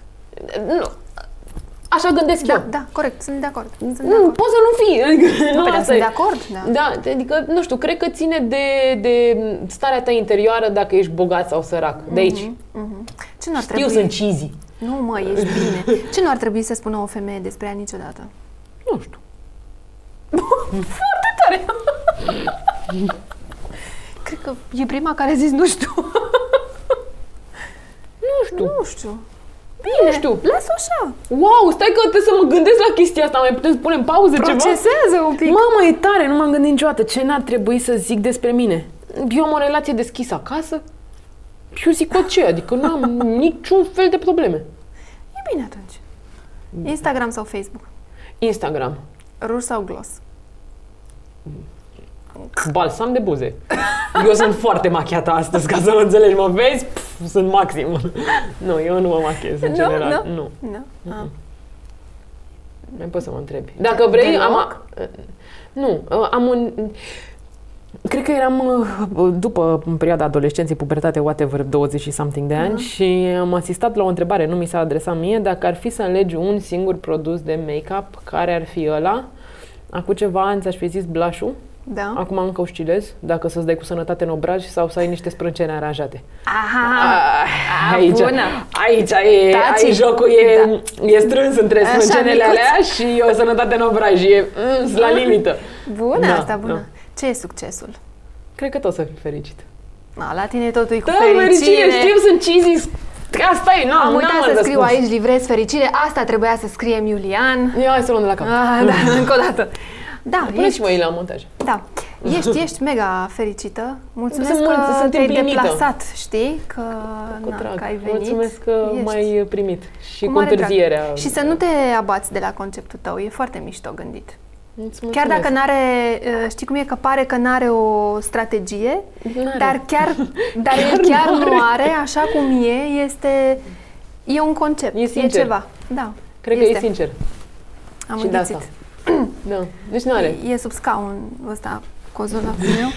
Speaker 2: Nu. Așa gândesc
Speaker 1: Da,
Speaker 2: eu.
Speaker 1: da, corect, sunt de acord. Sunt de
Speaker 2: Nu,
Speaker 1: acord.
Speaker 2: Mm, poți să nu fii. Adică,
Speaker 1: Nu,
Speaker 2: nu,
Speaker 1: pe da,
Speaker 2: asta
Speaker 1: sunt
Speaker 2: e.
Speaker 1: de acord, da.
Speaker 2: Da, adică, nu știu, cred că ține de, de starea ta interioară dacă ești bogat sau sărac. De aici.
Speaker 1: Ce nu Mm-hmm. ar
Speaker 2: Eu
Speaker 1: trebui?
Speaker 2: sunt cheesy.
Speaker 1: Nu, mă, ești bine. Ce nu ar trebui să spună o femeie despre ea niciodată?
Speaker 2: Nu știu.
Speaker 1: Cred că e prima care a zis nu știu.
Speaker 2: Nu știu.
Speaker 1: Nu știu.
Speaker 2: Nu știu.
Speaker 1: Lasă așa.
Speaker 2: Wow, stai că trebuie să mă gândesc la chestia asta. Mai putem să punem pauză ceva?
Speaker 1: Procesează un pic.
Speaker 2: Mama, e tare, nu m-am gândit niciodată. Ce n-ar trebui să zic despre mine? Eu am o relație deschisă acasă și eu zic orice, adică nu am niciun fel de probleme.
Speaker 1: E bine atunci.
Speaker 2: Mm.
Speaker 1: Instagram sau Facebook?
Speaker 2: Instagram,
Speaker 1: Ruj sau gloss?
Speaker 2: balsam de buze. Eu sunt foarte machiată astăzi, ca să mă înțelegi, mă vezi? Pf, sunt maxim. Nu, eu nu mă machez în
Speaker 1: Nu,
Speaker 2: general. Nu. nu.
Speaker 1: Nu? Ah.
Speaker 2: Mm-hmm. Mai poți să mă întrebi. Dacă vrei, am...
Speaker 1: Deloc?
Speaker 2: Nu, uh, am un... Cred că eram uh, după în perioada adolescenței, pubertate, whatever, 20 și something de
Speaker 1: Mm.
Speaker 2: ani și am asistat la o întrebare, nu mi s-a adresat mie, dacă ar fi să alegi un singur produs de make-up, care ar fi ăla? Acum ceva ani ți-aș fi zis blush-ul,
Speaker 1: Da.
Speaker 2: Ah. acum încă oscilez, dacă să-ți dai cu sănătate în obraj sau să ai niște sprâncene aranjate.
Speaker 1: Aha.
Speaker 2: Ah, aici,
Speaker 1: bună.
Speaker 2: aici e,
Speaker 1: Taci.
Speaker 2: aici jocul e, e strâns între
Speaker 1: Așa,
Speaker 2: sprâncenele
Speaker 1: micuț. Ah.
Speaker 2: alea și o sănătate în obraj, e mm, la limită.
Speaker 1: Bună
Speaker 2: Da,
Speaker 1: asta, bună.
Speaker 2: da.
Speaker 1: Ce e succesul?
Speaker 2: Cred că tot o să fii fericit.
Speaker 1: A, la tine totul e cu
Speaker 2: Da,
Speaker 1: fericire.
Speaker 2: fericire, știu, sunt cheesy. Asta e, n-am,
Speaker 1: Am
Speaker 2: n-am
Speaker 1: uitat să
Speaker 2: alt
Speaker 1: scriu
Speaker 2: răspuns.
Speaker 1: aici livrez fericire. Asta trebuia să scriem Iulian.
Speaker 2: Ia, hai să luăm de la cap.
Speaker 1: Ah, da, încă o dată. Da,
Speaker 2: Pune
Speaker 1: ești,
Speaker 2: și mâinile la montaj.
Speaker 1: da. Ești, ești mega fericită. Mulțumesc
Speaker 2: Sunt mult-
Speaker 1: că
Speaker 2: sunt
Speaker 1: te-ai
Speaker 2: împlinită.
Speaker 1: deplasat, știi? Că,
Speaker 2: Cu
Speaker 1: na,
Speaker 2: drag.
Speaker 1: că ai venit.
Speaker 2: Mulțumesc că
Speaker 1: Ești.
Speaker 2: m-ai primit și
Speaker 1: Cu
Speaker 2: cu,
Speaker 1: mare drag.
Speaker 2: întârzierea.
Speaker 1: Și să nu te abați de la conceptul tău, e foarte mișto gândit.
Speaker 3: Îți
Speaker 1: Chiar
Speaker 3: mulțumesc.
Speaker 1: dacă n-are, uh, știi cum e, că pare că n-are o strategie,
Speaker 3: N-are.
Speaker 1: dar chiar, dar chiar, chiar nu are, așa cum e, este, e un concept,
Speaker 2: E
Speaker 1: e
Speaker 2: sincer.
Speaker 1: ceva. Da,
Speaker 2: Cred
Speaker 1: este.
Speaker 2: că e sincer.
Speaker 1: am
Speaker 2: și de
Speaker 1: înghițit.
Speaker 2: asta. Da. Deci nu are.
Speaker 1: E sub scaun ăsta cozonacul meu.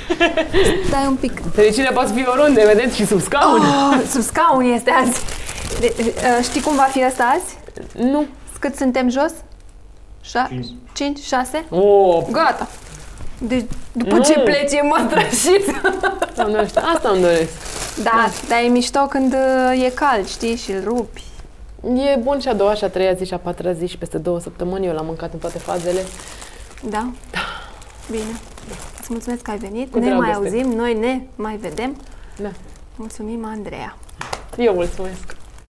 Speaker 1: Stai un pic.
Speaker 2: Fericirea poate fi oriunde, vedeți, și sub scaun.
Speaker 1: Oh, sub scaun este azi. De, uh, știi cum va fi asta azi?
Speaker 2: Nu.
Speaker 1: Cât suntem jos? 5,
Speaker 4: Cinci.
Speaker 1: 5 6?
Speaker 2: Oh,
Speaker 1: Gata. Deci după ce
Speaker 2: Mm.
Speaker 1: pleci e mătrășit.
Speaker 2: doamne, asta asta îmi doresc.
Speaker 1: Da, dar e mișto când uh, e cald, știi, și îl rupi.
Speaker 2: E bun și a doua, și a treia zi, și a patra zi, și peste două săptămâni. Eu l-am mâncat în toate fazele.
Speaker 1: Da? Da. Bine. Îți mulțumesc că ai venit.
Speaker 2: Cu
Speaker 1: ne mai
Speaker 2: dragoste.
Speaker 1: auzim, noi ne mai vedem.
Speaker 2: Da.
Speaker 1: Mulțumim, Andreea.
Speaker 2: Eu mulțumesc.